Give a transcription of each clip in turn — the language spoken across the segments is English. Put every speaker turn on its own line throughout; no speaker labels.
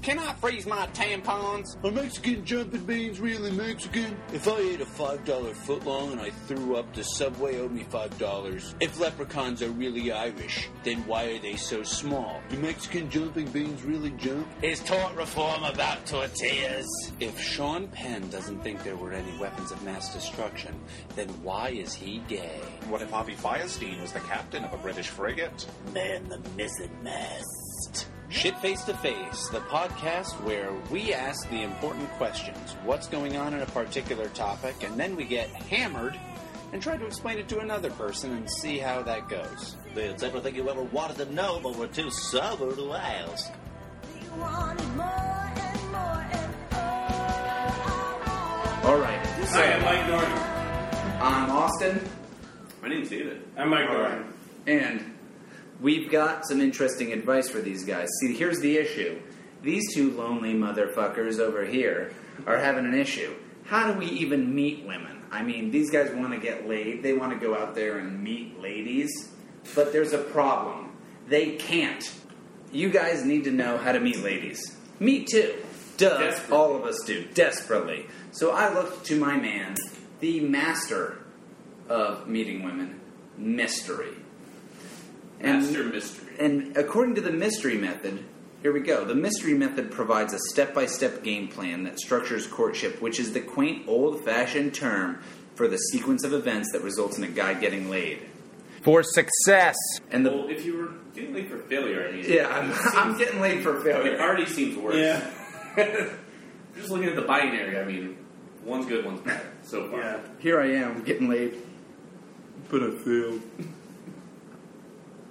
Can I freeze my tampons?
Are Mexican jumping beans really Mexican? If I ate a $5 footlong and I threw up, the subway owed me $5. If leprechauns are really Irish, then why are they so small? Do Mexican jumping beans really jump?
Is tort reform about tortillas?
If Sean Penn doesn't think there were any weapons of mass destruction, then why is he gay?
What if Avi Feinstein was the captain of a British frigate?
Man the mizzen mast. Shit Face to Face, the podcast where we ask the important questions what's going on in a particular topic, and then we get hammered and try to explain it to another person and see how that goes.
It's everything you ever wanted to know, but we're too sober to ask.
All right.
Hi, I'm Mike Norton.
I'm Austin,
I didn't see that.
I'm Mike Norton.
and we've got some interesting advice for these guys. See, here's the issue: these two lonely motherfuckers over here are having an issue. How do we even meet women? I mean, these guys want to get laid. They want to go out there and meet ladies, but there's a problem. They can't. You guys need to know how to meet ladies. Me too. Duh.
Desperate.
All of us do desperately. So I looked to my man, the master of meeting women, mystery. And,
Master Mystery.
and according to the mystery method, here we go. The mystery method provides a step by step game plan that structures courtship, which is the quaint old fashioned term for the sequence of events that results in a guy getting laid.
for success.
And the
Well, if you were getting laid for failure, I mean,
yeah, I'm, I'm getting laid for
it
failure.
already seems worse. Yeah. Just looking at the binary, I mean, one's good, one's bad so far.
Yeah.
Here I am getting laid.
But I failed.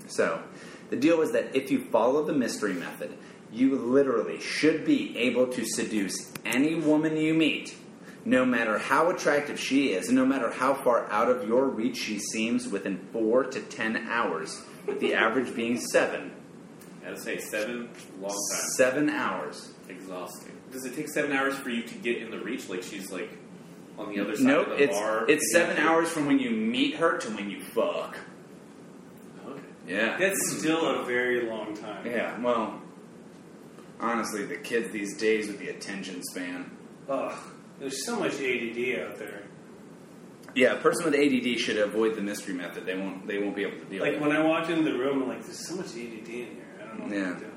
So, the deal is that if you follow the mystery method, you literally should be able to seduce any woman you meet, no matter how attractive she is, no matter how far out of your reach she seems within four to ten hours, with the average being seven.
I would say seven, long time.
Seven hours.
Exhausting. Does it take seven hours for you to get in the reach? Like she's like on the other side
Nope,
of the
it's,
bar?
it's seven hours from when you meet her to when you fuck.
Okay.
Yeah.
That's still a very long time.
Yeah, well, honestly, the kids these days with the attention span.
Ugh. There's so much ADD out there.
Yeah, a person with ADD should avoid the mystery method. They won't. They won't be able to deal
Like
with.
when I walked into the room, I'm like, there's so much ADD in here. I don't know what
Yeah.
to do.
it.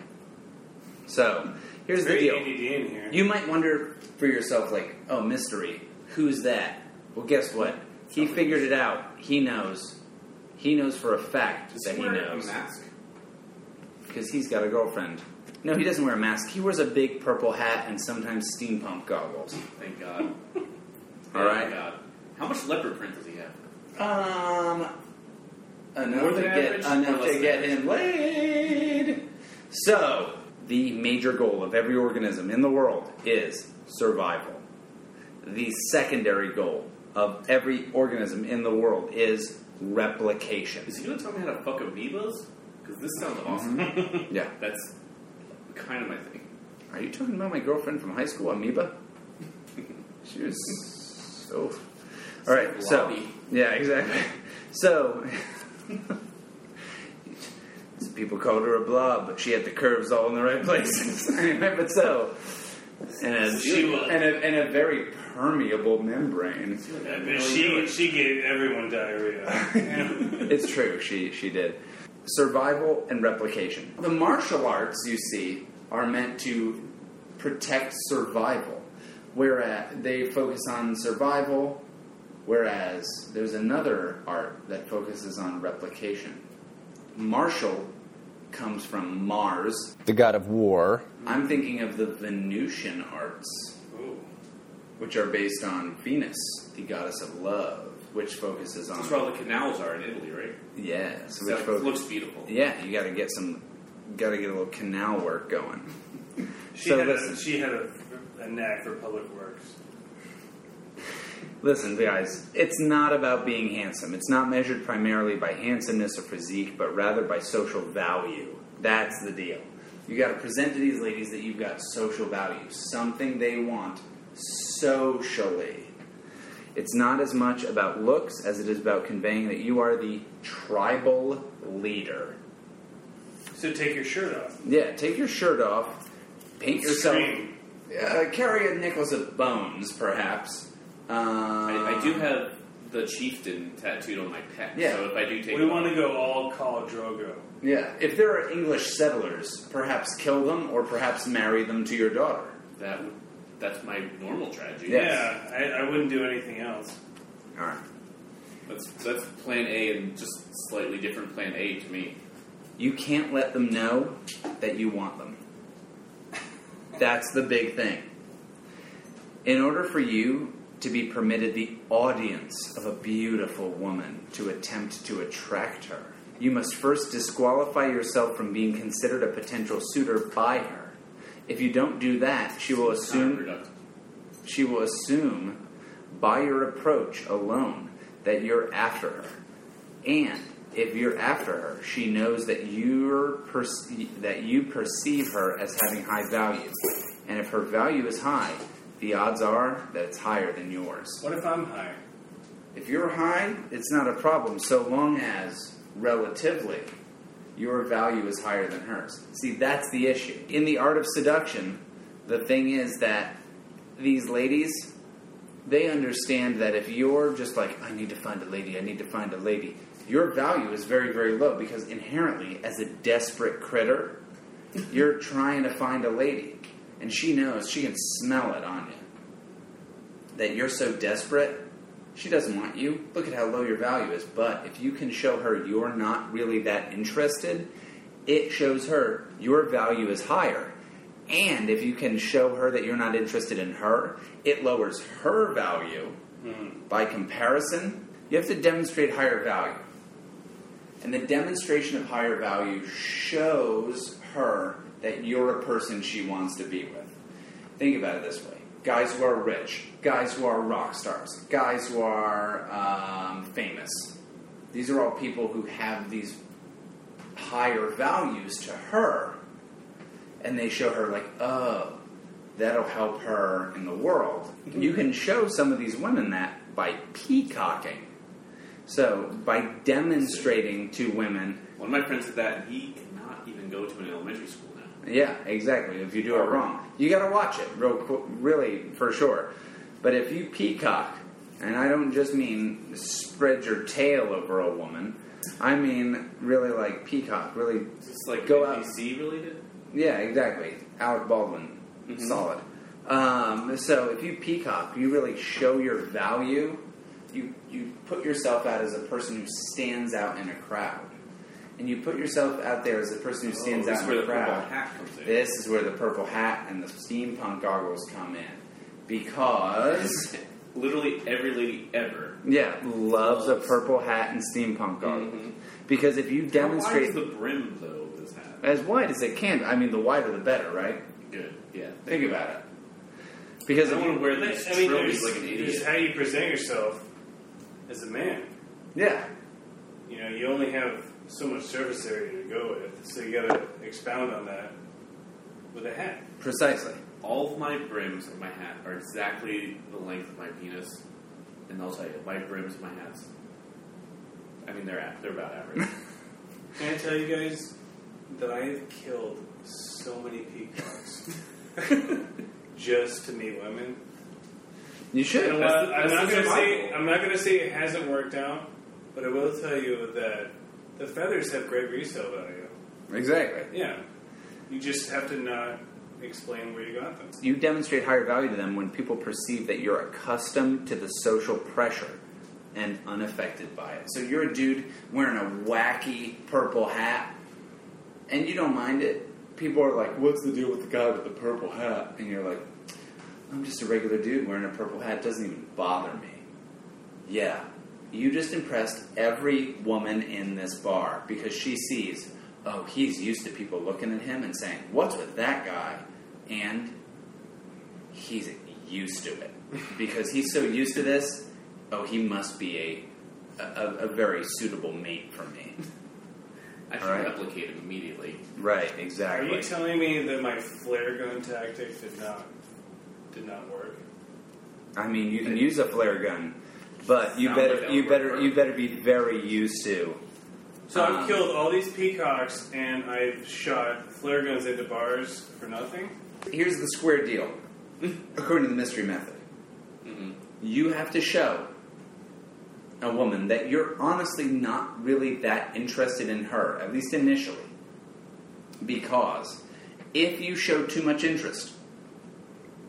So here's the
Very
deal.
ADD in here.
You might wonder for yourself, like, oh, mystery. Who's that? Well, guess what? He figured it out. He knows. He knows for a fact
Does
that he
wear
knows
a mask?
because he's got a girlfriend. No, he doesn't wear a mask. He wears a big purple hat and sometimes steampunk goggles.
Thank God.
All
Thank
right.
God. How much leopard print does he have?
Um,
More
enough to
than
get
average?
enough
Or
to
less
get
than
him laid. So the major goal of every organism in the world is survival. The secondary goal of every organism in the world is replication.
Is he going to tell me how to fuck amoebas? Because this sounds awesome.
Yeah.
That's kind of my thing.
Are you talking about my girlfriend from high school, Amoeba? she was so. All right, so
Floppy.
yeah, exactly. So people called her a blob, but she had the curves all in the right places. anyway, but so and a,
She was.
and a and a very permeable membrane.
Yeah, but she she gave everyone diarrhea. Yeah.
It's true. She she did. Survival and replication. The martial arts you see are meant to protect survival, whereas they focus on survival. Whereas there's another art that focuses on replication. Martial comes from Mars.
The god of war.
I'm thinking of the Venusian arts,
Ooh.
which are based on Venus, the goddess of love, which focuses on
That's where all the canals are in Italy, right?
yes,
So
which
it
focuses
looks beautiful.
Yeah, you got to get some, got to get a little canal work going.
She
So
had
listen.
a, she had a, a knack for public works.
Listen, guys, it's not about being handsome. It's not measured primarily by handsomeness or physique, but rather by social value. That's the deal. You got to present to these ladies that you've got social value, something they want socially. It's not as much about looks as it is about conveying that you are the tribal leader.
So take your shirt off.
Yeah, take your shirt off, paint yourself.
Scream.
Uh, carry a necklace of bones, perhaps. Uh,
I, I do have the chieftain tattooed on my pec,
Yeah.
so if I do take
We want to go all call Drogo.
Yeah, if there are English settlers, perhaps kill them or perhaps marry them to your daughter.
that, that's my normal tragedy.
Yes.
Yeah, I, I wouldn't do anything else.
All right.
That's, that's plan A and just slightly different plan A to me.
You can't let them know that you want them. That's the big thing. In order for you to be permitted the audience of a beautiful woman to attempt to attract her, you must first disqualify yourself from being considered a potential suitor by her. If you don't do that, she will assume
Counterproductive.
she will assume by your approach alone that you're after her. And if you're after her, she knows that you're perce- that you perceive her as having high value. And if her value is high, the odds are that it's higher than yours.
What if I'm higher?
If you're high, it's not a problem so long as relatively your value is higher than hers. See, that's the issue. In the art of seduction, the thing is that these ladies they understand that if you're just like, I need to find a lady, I need to find a lady, your value is very, very low because inherently, as a desperate critter, you're trying to find a lady. And she knows, she can smell it on you. That you're so desperate, she doesn't want you. Look at how low your value is. But if you can show her you're not really that interested, it shows her your value is higher. And if you can show her that you're not interested in her, it lowers her value. By comparison, you have to demonstrate higher value. And the demonstration of higher value shows her that you're a person she wants to be with. Think about it this way guys who are rich, guys who are rock stars, guys who are um, famous. These are all people who have these higher values to her and they show her like, oh, that'll help her in the world. you can show some of these women that by peacocking. So by demonstrating to women,
One of my friends said that he cannot even go to an elementary school now.
yeah, exactly. If you do it wrong, you got to watch it real, qu- really for sure. But if you peacock, and I don't just mean spread your tail over a woman, I mean really like peacock, really
Is this like
Go out.
NBC related?
Yeah, exactly. Alec Baldwin,
Mm-hmm.
solid. Um, so if you peacock, you really show your value. You you put yourself out as a person who stands out in a crowd, and you put yourself out there as a person who stands
oh,
out
this is
in
where
a
the
crowd.
purple hat comes in.
This is where the purple hat and the steampunk goggles come in, because
Literally every lady ever.
yeah, loves a purple hat and steampunk goggles. Because if you
Mm-hmm. Why
demonstrate
is the brim though of this hat?
as wide as it can, I mean, the wider the better, right?
Good. Yeah.
Think about it.
I
Because
don't
if
want to wear
I mean,
these
there's,
trophies like an
there's
idiot.
how you present yourself as a man.
Yeah.
You know, you only have so much surface area to go with, so you gotta expound on that with a hat.
Precisely.
All of my brims of my hat are exactly the length of my penis, and I'll tell you, my brims of my hats. I mean, they're at, they're about average.
Can I tell you guys that I have killed so many peacocks just to meet women?
You should.
You know
That's
what?
the-
I'm
that's
not
the
gonna say
survival.
I'm not gonna say it hasn't worked out, but I will tell you that the feathers have great resale value.
Exactly.
Yeah, you just have to not explain where you got them.
You demonstrate higher value to them when people perceive that you're accustomed to the social pressure and unaffected by it. So you're a dude wearing a wacky purple hat and you don't mind it. People are like, What's the deal with the guy with the purple hat? And you're like, I'm just a regular dude wearing a purple hat. It doesn't even bother me. Yeah. You just impressed every woman in this bar because she sees, oh, he's used to people looking at him and saying, what's with that guy? And he's used to it. because he's so used to this, oh, he must be a, a, a- a very suitable mate for me.
I should
All right.
replicate him immediately.
Right,
Are
exactly.
you telling me that my flare gun tactic did not did not work?
I mean, you can use a flare gun, but you
Sound like
better
that
you
would
better
work.
you better be very used to
So I've
Um,
killed all these peacocks and I've shot flare guns into bars for nothing.
Here's the square deal, according to the mystery method. You have to show a woman that you're honestly not really that interested in her, at least initially. Because if you show too much interest,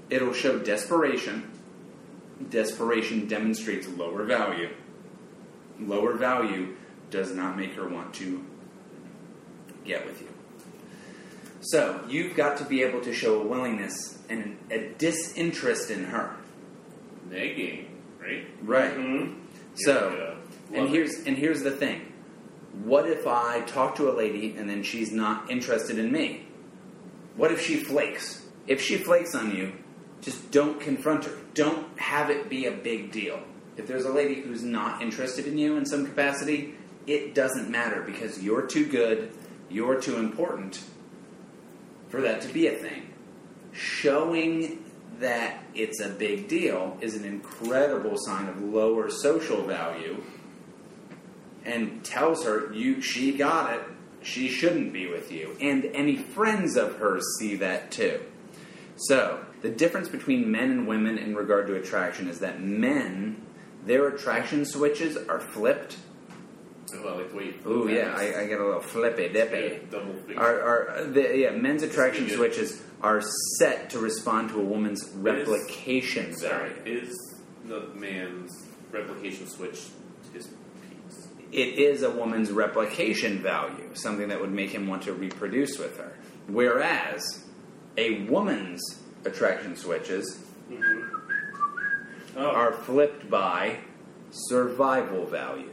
it'll show desperation. Desperation demonstrates lower value. Lower value does not make her want to get with you. So you've got to be able to show a willingness and a disinterest in her,
Negging, right?
right?
Mm-hmm.
So,
Yeah.
and
Love
here's and here's the thing: what if I talk to a lady and then she's not interested in me? What if she flakes? If she flakes on you, just don't confront her. Don't have it be a big deal. If there's a lady who's not interested in you in some capacity, it doesn't matter because you're too good, you're too important for that to be a thing. Showing that it's a big deal is an incredible sign of lower social value and tells her you she got it, she shouldn't be with you. And any friends of hers see that too. So, the difference between men and women in regard to attraction is that men their attraction switches are flipped.
Oh, I like wait.
Ooh, yeah, I, I get a little flippy dippy.
double finger.
Are, are the, yeah, men's attraction
Speaking of-
switches are set to respond to a woman's replication
Sorry,
value.
is the man's replication switch his penis?
It is a woman's replication value, something that would make him want to reproduce with her. Whereas a woman's attraction switches
Oh,
are flipped by survival value.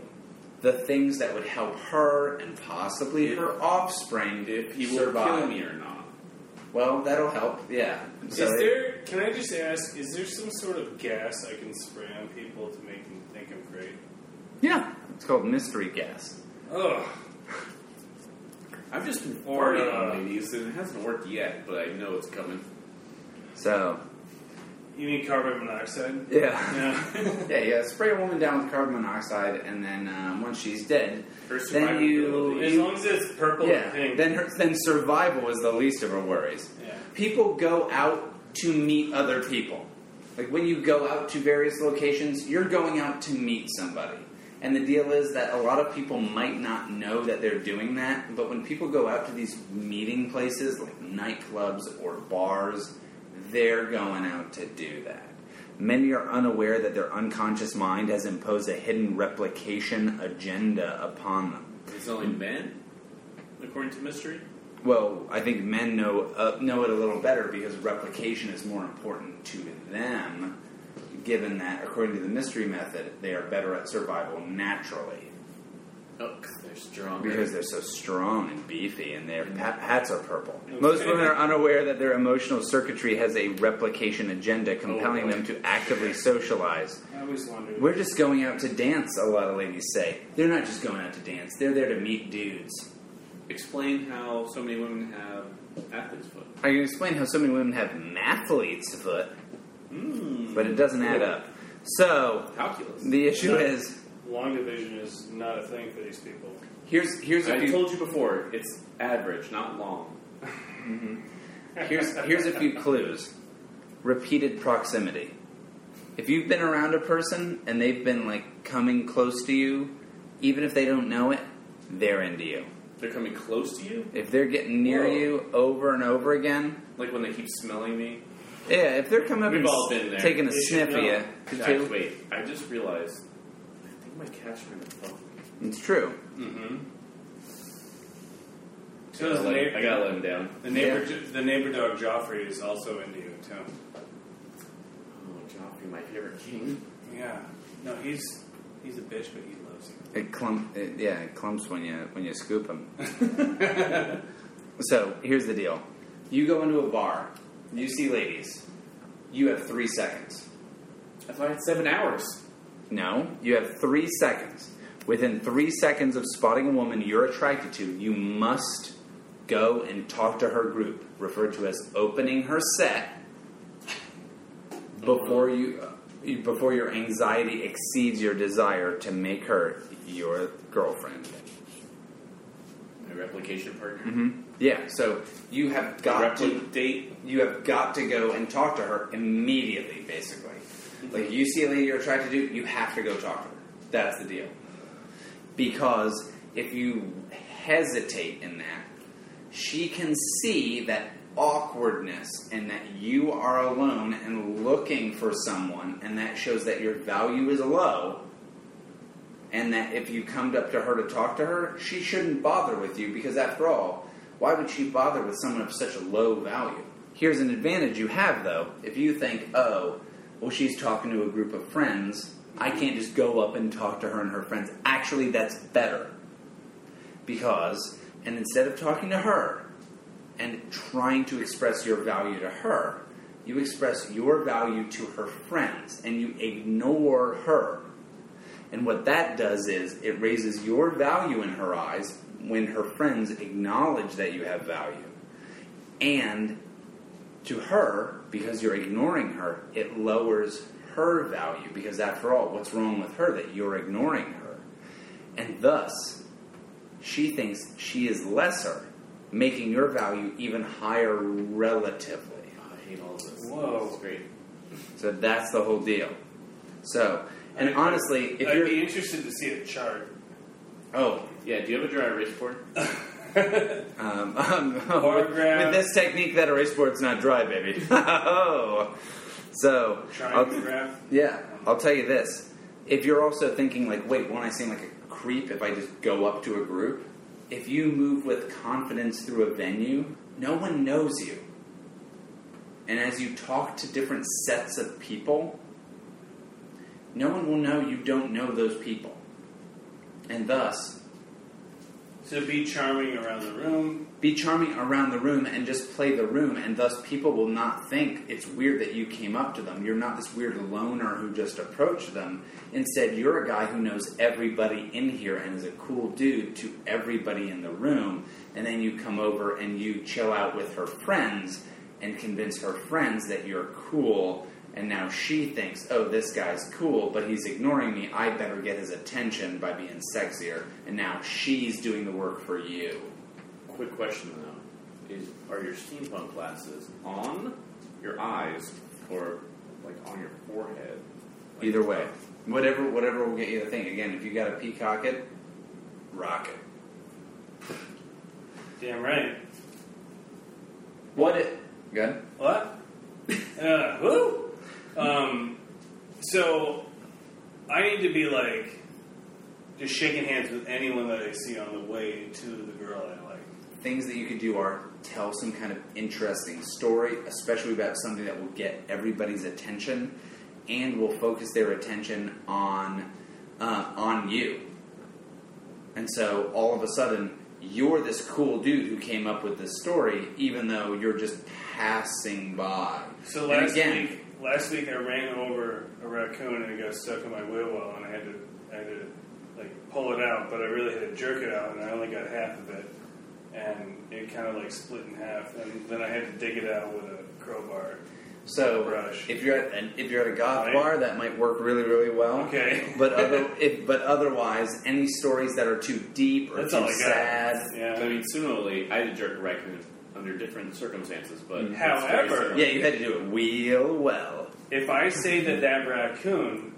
The things that would help her and possibly
If-
her offspring
If he will
survive.
kill me or not?
Well, that'll help, yeah. So
is
it-
there? Can I just ask? Is there some sort of gas I can spray on people to make them think I'm great?
yeah, it's called mystery gas.
Ugh.
I've just been
Or,
farting
uh,
on ladies, and it hasn't worked yet, but I know it's coming.
So
You mean carbon monoxide?
yeah,
Yeah.
yeah, yeah. Spray a woman down with carbon monoxide, and then um, once she's dead,
Her
then you,
survivability.
as
you-
long as it's purple
yeah,
and pink.
then her, then survival is the least of her worries.
yeah.
People go out to meet other people. Like when you go out to various locations, you're going out to meet somebody. And the deal is that a lot of people might not know that they're doing that, but when people go out to these meeting places like nightclubs or bars, they're going out to do that. Many are unaware that their unconscious mind has imposed a hidden replication agenda upon them.
It's only men, according to mystery.
Well, I think men know uh, know it a little better because replication is more important to them. Given that, according to the mystery method, they are better at survival naturally
Oh, 'cause they're stronger.
because they're so strong and beefy, and their ha- hats are purple.
Okay.
Most women are unaware that their emotional circuitry has a replication agenda, compelling them to actively socialize.
I always wondered.
We're just going out to dance. A lot of ladies say they're not just going out to dance; they're there to meet dudes.
Explain how so many women have athlete's foot.
I can explain how so many women have mathlete's foot,
Hmm.
but it doesn't add up. So
Calculus.
the issue
Yeah.
is
Long division is not a thing for these people.
here's here's a
I
few
told you before, it's average, not long.
here's here's a few clues. Repeated proximity. If you've been around a person and they've been like coming close to you, even if they don't know it, they're into you.
They're coming close to you,
If they're getting near
Whoa.
you over and over again,
like when they keep smelling me.
yeah. If they're coming up
We've
and
all
s-
been there.
taking a
They
sniff
should
at
know.
you,
Actually, wait, I just realized. I think my cats are in the phone.
it's true.
Mm-hmm. So
I
is the,
like- I
neighbor,
gotta let him down.
the neighbor, the neighbor dog Joffrey is also into you too.
Oh, Joffrey, my favorite king.
Yeah. No, he's he's a bitch, but he loves you.
It clump, it, yeah, it clumps when you when you scoop them. so here's the deal: you go into a bar, you see ladies, you have three seconds.
I thought I had seven hours.
No, you have three seconds. Within three seconds of spotting a woman you're attracted to, you must go and talk to her group, referred to as opening her set, before you uh, before your anxiety exceeds your desire to make her your girlfriend.
my replication partner.
hmm Yeah. So you have got to
Repli- date.
you have got to go and talk to her immediately. Basically, like you see a lady you're attracted to, you have to go talk to her. That's the deal. Because if you hesitate in that, she can see that awkwardness and that you are alone and looking for someone, and that shows that your value is low. And that if you come up to her to talk to her, she shouldn't bother with you because, after all, why would she bother with someone of such a low value? Here's an advantage you have, though. If you think, oh, well, she's talking to a group of friends, I can't just go up and talk to her and her friends. Actually, that's better because and instead of talking to her and trying to express your value to her you express your value to her friends and you ignore her and what that does is it raises your value in her eyes when her friends acknowledge that you have value and to her because you're ignoring her it lowers her value because after all what's wrong with her that you're ignoring her and thus she thinks she is lesser, making your value even higher relatively.
Oh, I hate all of this.
Whoa.
This is great.
So that's the whole deal. So, and
I-
honestly, if
I'd
you're
be interested to see a chart.
oh,
Yeah, do you have a dry erase board?
um, um, with,
Paragraph.
with this technique, that erase board's not dry, baby. oh, so I'll-
Triangle graph.
Yeah, I'll tell you this. If you're also thinking, like, wait, won't I seem like a creep if I just go up to a group? If you move with confidence through a venue, no one knows you. And as you talk to different sets of people, no one will know you don't know those people. And thus,
So be charming around the room.
be charming around the room and just play the room, and thus people will not think it's weird that you came up to them. You're not this weird loner who just approached them. Instead, you're a guy who knows everybody in here and is a cool dude to everybody in the room, and then you come over and you chill out with her friends and convince her friends that you're cool. And now she thinks, oh, this guy's cool, but he's ignoring me. I better get his attention by being sexier. And now she's doing the work for you.
Quick question though: Is are your steampunk glasses on your eyes or like on your forehead? Like,
Either way, whatever whatever will get you the thing. Again, if you got a peacock it, rock it.
Damn right.
What it? Good.
What? Uh, who? Um, so I need to be like just shaking hands with anyone that I see on the way to the girl I like.
Things that you could do are tell some kind of interesting story, especially about something that will get everybody's attention and will focus their attention on uh, on you. And so all of a sudden, you're this cool dude who came up with this story, even though you're just passing by.
So
And
last
again-
week, last week I ran over a raccoon and it got stuck in my wheel well, and I had to, I had to like pull it out, but I really had to jerk it out, and I only got half of it, and it kind of like split in half, and then I had to dig it out with a crowbar.
So
Brush.
if you're at an, if you're at a goth
Right.
bar, that might work really really well.
Okay.
but other if, but otherwise, any stories that are too deep or
That's all I
too
got.
sad.
Yeah.
I mean, similarly, I had to jerk a raccoon under different circumstances,
Mm-hmm.
but
However-
Yeah, you had to do it real well.
If I say that that raccoon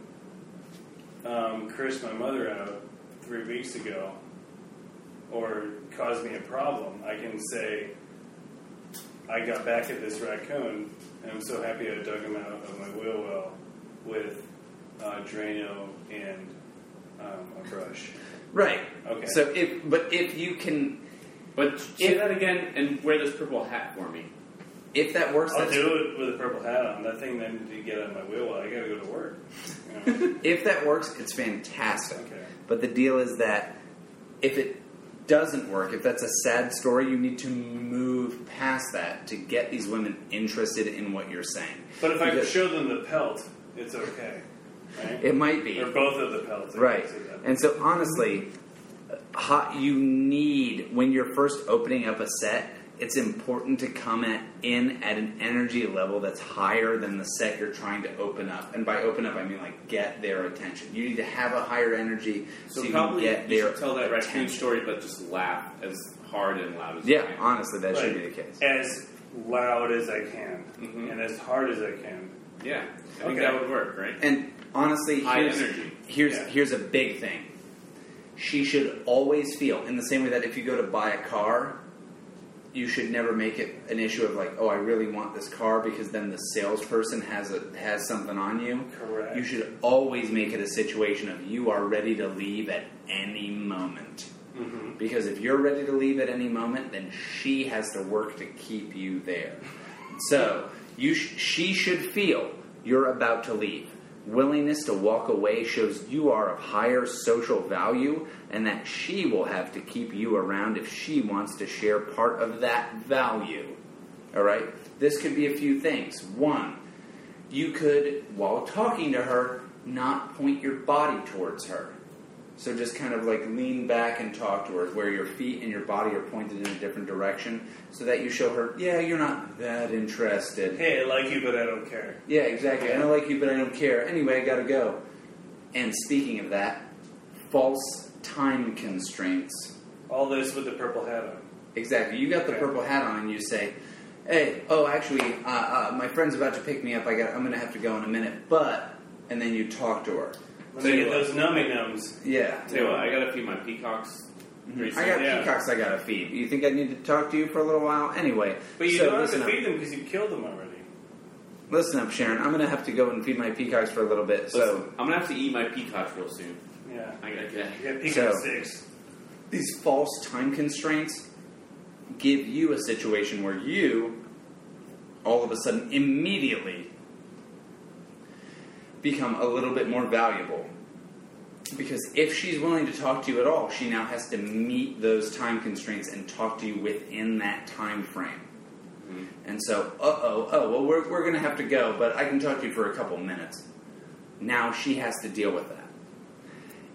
um, cursed my mother out three weeks ago or caused me a problem, I can say, I got back at this raccoon and I'm so happy I dug him out of my wheel well with uh, Drano and um, a brush.
Right.
Okay.
So if but if you can
but say that again and wear this purple hat for me.
if that works,
I'll
that's,
do it with a purple hat on. That thing then to get out of my wheel well, I gotta go to work. You know?
if that works, it's fantastic.
Okay.
But the deal is that if it doesn't work, if that's a sad story, you need to move past that to get these women interested in what you're saying.
But if I
Because-
show them the pelt, it's okay. Right?
It might be.
Or both of the pelts. I
Right.
guess, or that.
And so, honestly, hot, you need, when you're first opening up a set, it's important to come at, in at an energy level that's higher than the set you're trying to open up. And by open up, I mean like get their attention. You need to have a higher energy so,
So
you
probably
can get
you
their
should tell that raccoon
attention.
story, but just laugh as hard and loud as you
Yeah,
can.
honestly, that should be
Like,
the case. Mm-hmm.
As loud as I can
Mhm.
and as hard as I can.
Yeah, I think
Okay.
that would work, right?
And honestly,
High
here's,
energy.
here's
Yeah.
here's a big thing. She should always feel in the same way that if you go to buy a car, you should never make it an issue of like, oh, I really want this car because then the salesperson has a has something on you.
Correct.
You should always make it a situation of you are ready to leave at any moment.
Mm-hmm.
Because if you're ready to leave at any moment, then she has to work to keep you there. So you sh- she should feel you're about to leave. Willingness to walk away shows you are of higher social value, and that she will have to keep you around if she wants to share part of that value. All right? This could be a few things. One, you could, while talking to her, not point your body towards her. So just kind of like lean back and talk to her, where your feet and your body are pointed in a different direction, so that you show her, yeah, you're not that interested.
Hey, I like you, but I don't care.
Yeah, exactly. I don't like you, but I don't care. Anyway, I gotta go. And speaking of that, false time constraints.
All this with the purple hat on.
Exactly. You got the
Okay.
purple hat on, and you say, "Hey, oh, actually, uh, uh, my friend's about to pick me up. I got. I'm gonna have to go in a minute." But and then you talk to her.
Let
Tell
me
you
get
what.
those nummy nums.
Yeah.
Tell you what, I gotta feed my peacocks. pretty
I
soon.
got
Yeah.
peacocks. I gotta feed. You think I need to talk to you for a little while? Anyway.
But you
so
don't have
listen
to
up.
feed them because you killed them already.
Listen up, Sharon. I'm gonna have to go and feed my peacocks for a little bit. So
Listen, I'm gonna have to eat my peacocks real soon.
Yeah.
I gotta get.
You got pecan
So-
sticks.
these false time constraints give you a situation where you, all of a sudden, immediately become a little bit more valuable. Because if she's willing to talk to you at all, she now has to meet those time constraints and talk to you within that time frame.
Mm-hmm.
And so, uh oh, oh, well, we're, we're going to have to go, but I can talk to you for a couple minutes. Now she has to deal with that.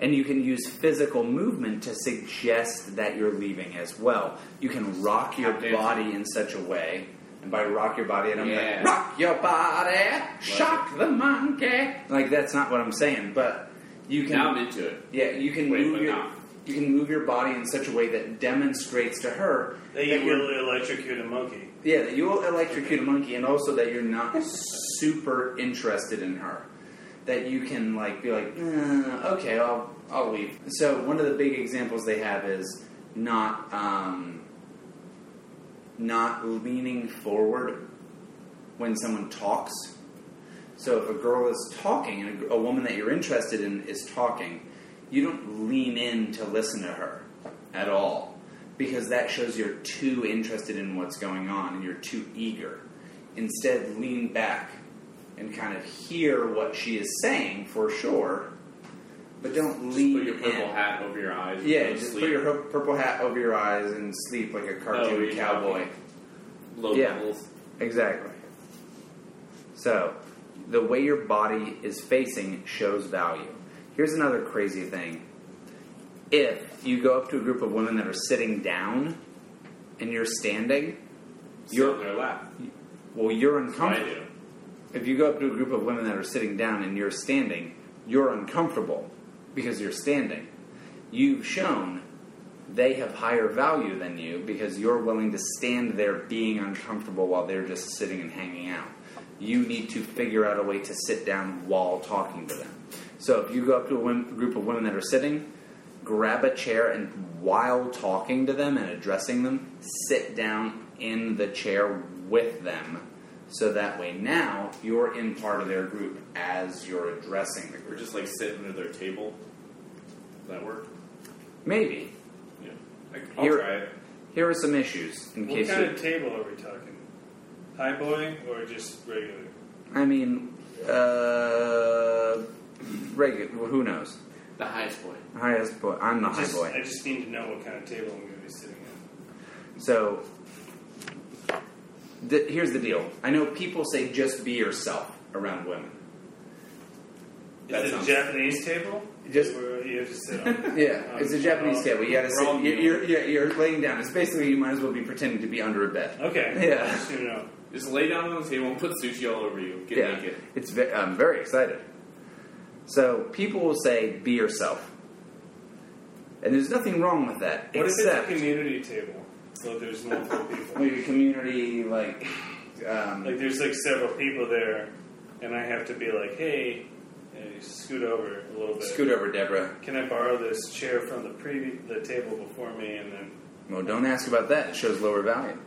And you can use physical movement to suggest that you're leaving as well. You can rock your
Tap dancing.
body in such a way. And by rock your body, I don't
Yeah.
mean rock your body, shock the monkey. Like that's not what I'm saying, but you can
Now I'm into it.
yeah, you can
Wait,
move
but
your
no.
you can move your body in such a way that demonstrates to her
That you
you're-
will electrocute a monkey.
yeah, that you will electrocute a monkey, and also that you're not super interested in her. That you can like be like, "Uh, okay, I'll I'll leave. So one of the big examples they have is not um, not leaning forward when someone talks. So if a girl is talking and a, gr- a woman that you're interested in is talking, you don't lean in to listen to her at all because that shows you're too interested in what's going on and you're too eager. Instead, lean back and kind of hear what she is saying for sure, but don't
Just
lean
put your purple
in.
hat over your eyes. and
Yeah,
go to
just
sleep.
put your hu- purple hat over your eyes and sleep like a
Oh,
cartoon
you're
cowboy.
talking. low
Yeah.
levels.
Exactly. So, the way your body is facing shows value. Here's another crazy thing. If you go up to a group of women that are sitting down and you're standing,
You're
you're
on their lap.
well, you're
I
uncomfortable.
do.
If you go up to a group of women that are sitting down and you're standing, you're uncomfortable because you're standing. You've shown they have higher value than you because you're willing to stand there being uncomfortable while they're just sitting and hanging out. You need to figure out a way to sit down while talking to them. So if you go up to a wom- group of women that are sitting, grab a chair and while talking to them and addressing them, sit down in the chair with them. So that way now you're in part of their group as you're addressing the
Or
group.
just like sit under their table. Does that work?
Maybe.
Yeah. I- I'll
Here-
try it.
Here are some issues in
What
case
kind
you
of table are we talking? High boy or just regular?
I mean, uh, regular. Who knows?
The highest point.
Highest boy. I'm the high
Just- I
boy.
just need to know what kind of table I'm going to be sitting at.
So th- here's the deal. I know people say just be yourself around women.
That
Is it a
sounds-
Japanese table?
Just-
Where you have to sit on.
Yeah, it's a Japanese
Oh.
table. You gotta sit.
Wrong
You're, you're, you're, you're laying down. It's basically you might as well be pretending to be under a bed.
Okay.
Yeah.
I just need to know.
Just lay down on the table and put sushi all over you. Get
yeah,
naked.
it's. Ve- I'm very excited. So people will say be yourself, and there's nothing wrong with that.
What if it's a
except
community table? So there's multiple people.
Like a community, like,
Like
um,
there's like several people there, and I have to be like, hey, uh, scoot over a little bit.
scoot over, Deborah.
Can I borrow this chair from the previous the table before me? And then,
Well, don't ask about that. It shows lower value.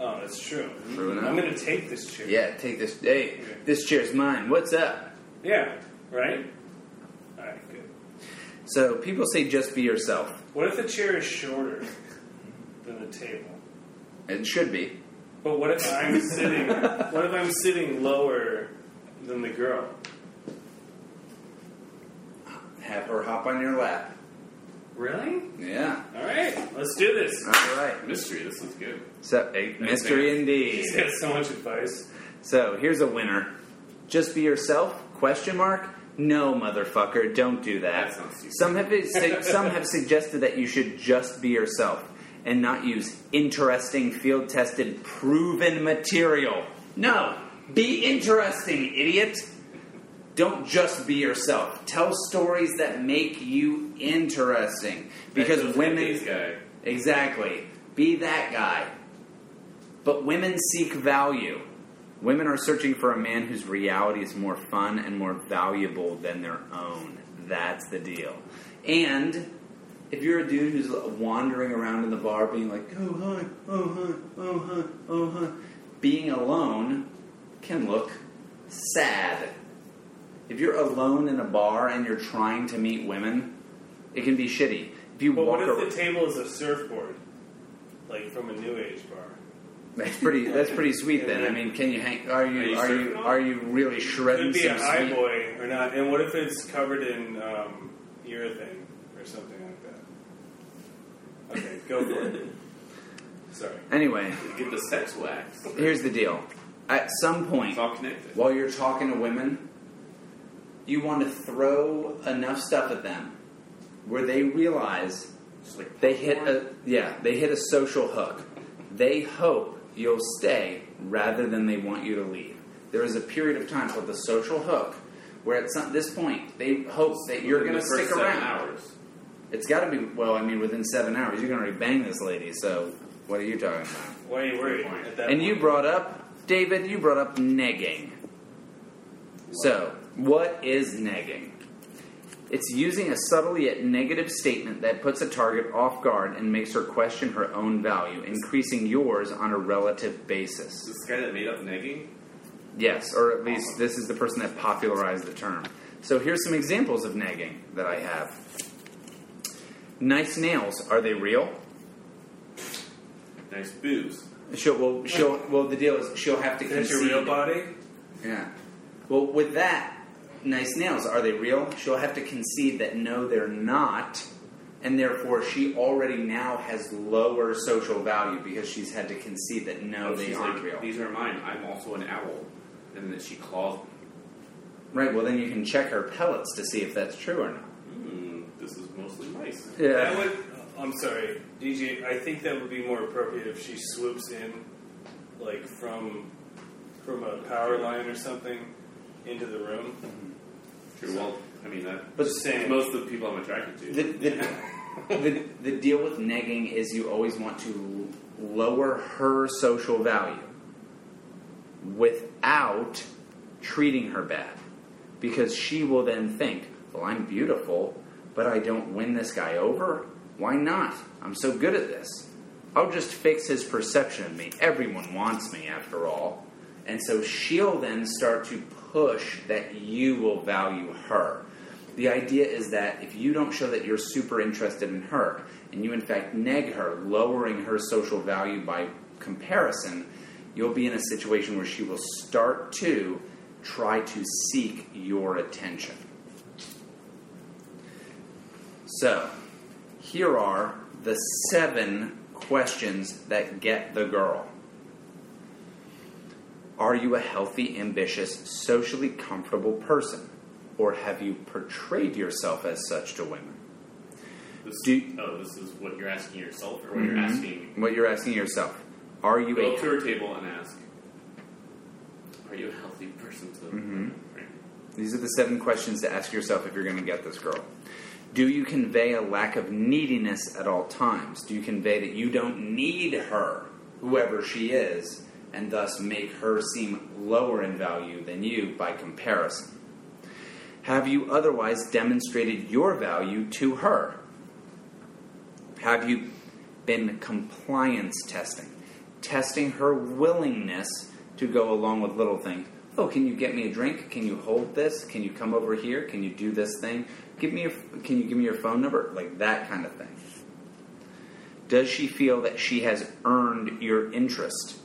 oh, that's true.
True enough.
I'm gonna take this chair.
Yeah, take this. Hey, this chair's mine. What's up?
Yeah. Right. All right. Good.
So people say just be yourself.
What if the chair is shorter than the table?
It should be.
But what if I'm sitting? What if I'm sitting lower than the girl?
Have her hop on your lap.
Really?
Yeah.
All right. Let's do this.
All right.
Mystery, this is good.
So a mystery
He's
indeed.
got so much advice.
So here's a winner. Just be yourself? Question mark. No, motherfucker, don't do that.
That sounds stupid.
Some have su- some have suggested that you should just be yourself and not use interesting, field-tested, proven material. No, be interesting, idiot. Don't just be yourself. Tell stories that make you interesting. Because
That
women,
Japanese guy.
Exactly. Be that guy. But women seek value. Women are searching for a man whose reality is more fun and more valuable than their own. That's the deal. And if you're a dude who's wandering around in the bar being like, oh, hi, oh, hi, oh, hi, oh, hi, being alone can look sad. If you're alone in a bar and you're trying to meet women, it can be shitty. If you
But
walk
what
around,
if the table is a surfboard, like from a new age bar?
That's pretty. That's pretty sweet. Then I mean, can you hang? Are you are you are you really shredding
Could be a
some
high
sweet?
boy or not. And what if it's covered in um, urethane or something like that? Okay, go for it. Sorry.
Anyway,
Get the sex wax.
here's the deal. At some point,
It's all connected.
while you're talking to women, you want to throw enough stuff at them where they realize
Just like
they hit a yeah they hit a social hook. They hope you'll stay rather than they want you to leave. There is a period of time called the social hook where at some, this point they hope that you're
Within
going to
the first
stick
seven
around.
Hours.
It's got to be. Well, I mean, within seven hours, you're going to already bang this lady. So, what are you talking about?
Why are you worried at that
And
point?
you brought up David. You brought up negging. So, what is negging? It's using a subtle yet negative statement that puts a target off guard and makes her question her own value, increasing yours on a relative basis.
This guy that made up negging.
Yes, or at least this is the person that popularized the term. So here's some examples of nagging that I have. Nice nails, are they real?
Nice boobs.
She'll well, she'll well. The deal is she'll have to
That's your
concede.
real body?
Yeah. Well, with that, nice nails are they real? She'll have to concede that no, they're not, and therefore she already now has lower social value because she's had to concede that no, they
She's
aren't
like,
real.
These are mine. I'm also an owl. And then she claws me.
Right. Well, then you can check her pellets to see if that's true or not.
Hmm, this is mostly mice.
That would. I'm sorry, DJ. I think that would be more appropriate if she swoops in, like from from a power line or something, into the room.
True. Well, I mean that.
But
Just saying.
Most of the people I'm attracted to.
the, the, the, the deal with negging is you always want to lower her social value without treating her bad because she will then think well i'm beautiful but i don't win this guy over why not i'm so good at this i'll just fix his perception of me everyone wants me after all and so she'll then start to push that you will value her the idea is that if you don't show that you're super interested in her, and you in fact neg her, lowering her social value by comparison, you'll be in a situation where she will start to try to seek your attention. So, here are the seven questions that get the girl. Are you a healthy, ambitious, socially comfortable person? Or have you portrayed yourself as such to women?
This,
Do-
oh, this is what you're asking yourself, or what
Mm-hmm.
you're asking.
What you're asking yourself. Are you
Go up to
a.
her table and ask, "Are you a healthy person?" To
These are the seven questions to ask yourself if you're going to get this girl. Do you convey a lack of neediness at all times? Do you convey that you don't need her, whoever she is, and thus make her seem lower in value than you by comparison? Have you otherwise demonstrated your value to her? Have you been compliance testing? Testing her willingness to go along with little things. Oh, can you get me a drink? Can you hold this? Can you come over here? Can you do this thing? Give me your, can you give me your phone number? Like that kind of thing. Does she feel that she has earned your interest?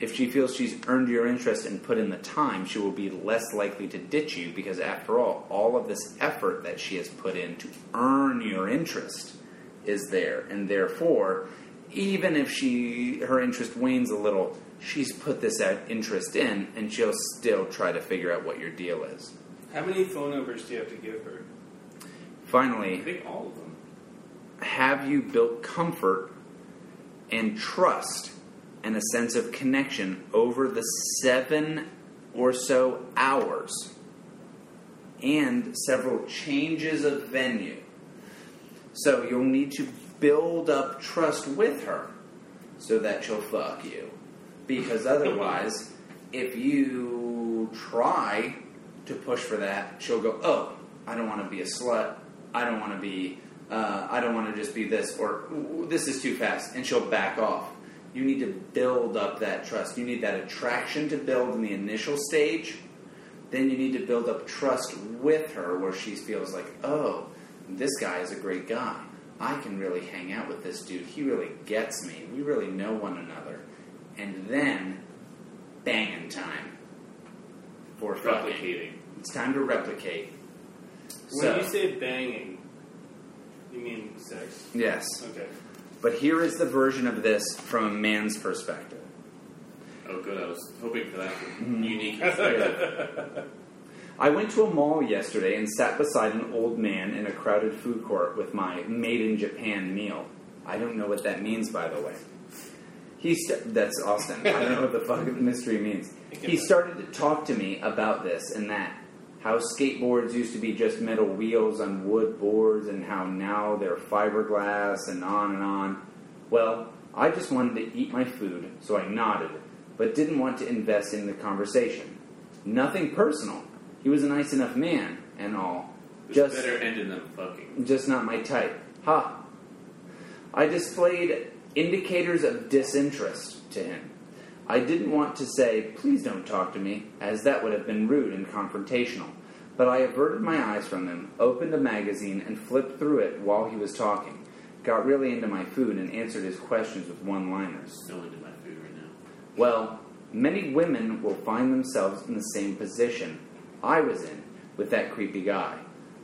If she feels she's earned your interest and put in the time, she will be less likely to ditch you because, after all, all of this effort that she has put in to earn your interest is there. And therefore, even if she her interest wanes a little, she's put this at- interest in and she'll still try to figure out what your deal is.
How many phone numbers do you have to give her?
Finally,
I think all of them.
have you built comfort and trust and a sense of connection over the seven or so hours and several changes of venue? So you'll need to build up trust with her so that she'll fuck you. Because otherwise, if you try to push for that, she'll go, oh, I don't want to be a slut. I don't want to be, uh, I don't want to just be this, or "Ooh, this is too fast, and she'll back off. You need to build up that trust. You need that attraction to build in the initial stage. Then you need to build up trust with her where she feels like, oh, this guy is a great guy. I can really hang out with this dude. He really gets me. We really know one another. And then, banging time. For fucking.
Replicating.
It's time to replicate.
When
So,
you say banging, you mean sex?
yes.
Okay.
But here is the version of this from a man's perspective.
Oh, good. I was hoping for that
Mm-hmm.
unique perspective.
I went to a mall yesterday and sat beside an old man in a crowded food court with my made in Japan meal. I don't know what that means, by the way. He st- that's Austin. I don't know what the fuck the mystery means. He started to talk to me about this and that. How skateboards used to be just metal wheels on wood boards and how now they're fiberglass and on and on. Well, I just wanted to eat my food, so I nodded, but didn't want to invest in the conversation. Nothing personal. He was a nice enough man and all.
Just
Just
better ending than fucking.
just not my type. Ha! I displayed indicators of disinterest to him. I didn't want to say, please don't talk to me, as that would have been rude and confrontational, but I averted my eyes from him, opened a magazine, and flipped through it while he was talking, got really into my food, and answered his questions with one liners.
Still into my food right now.
Well, many women will find themselves in the same position I was in with that creepy guy.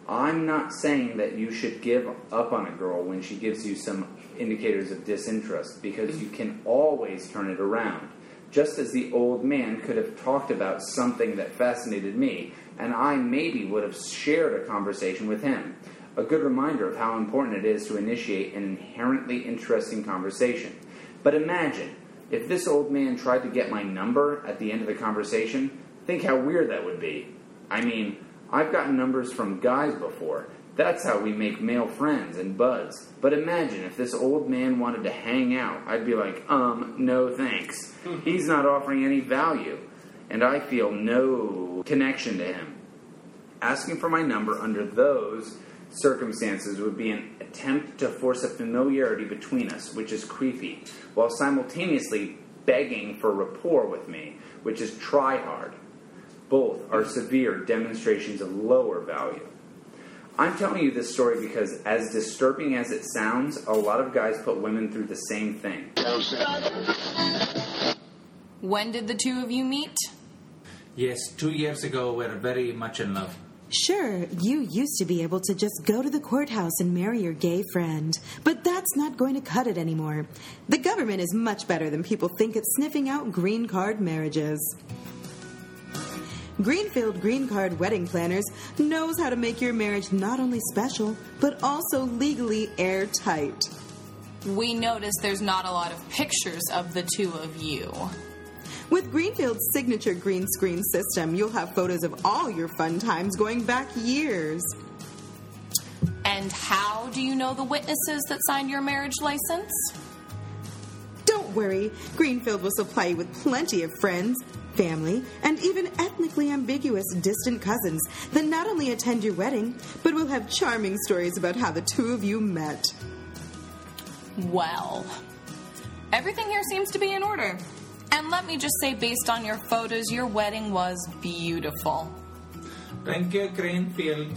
I'm not saying that you should give up on a girl when she gives you some indicators of disinterest because you can always turn it around. Just as the old man could have talked about something that fascinated me, and I maybe would have shared a conversation with him. A good reminder of how important it is to initiate an inherently interesting conversation. But imagine if this old man tried to get my number at the end of the conversation. Think how weird that would be. I mean, I've gotten numbers from guys before. That's how we make male friends and buds. But imagine if this old man wanted to hang out. I'd be like, um, no thanks. He's not offering any value. And I feel no connection to him. Asking for my number under those circumstances would be an attempt to force a familiarity between us, which is creepy, while simultaneously begging for rapport with me, which is try hard. Both are severe demonstrations of lower value. I'm telling you this story because, as disturbing as it sounds, a lot of guys put women through the same thing.
When did the two of you meet?
Yes, two years ago, we were very much in love.
Sure, you used to be able to just go to the courthouse and marry your gay friend, but that's not going to cut it anymore. The government is much better than people think at sniffing out green card marriages. Greenfield Green Card Wedding Planners knows how to make your marriage not only special, but also legally airtight.
We notice there's not a lot of pictures of the two of you.
With Greenfield's signature green screen system, you'll have photos of all your fun times going back years.
And
And how do you know the witnesses that signed your marriage license?
Don't worry, Greenfield will supply you with plenty of friends, family, and even ethnically ambiguous distant cousins that not only attend your wedding, but will have charming stories about how the two of you met.
Well, everything here seems to be in order. And let me just say, based on your photos, your wedding was beautiful.
Thank you, Greenfield.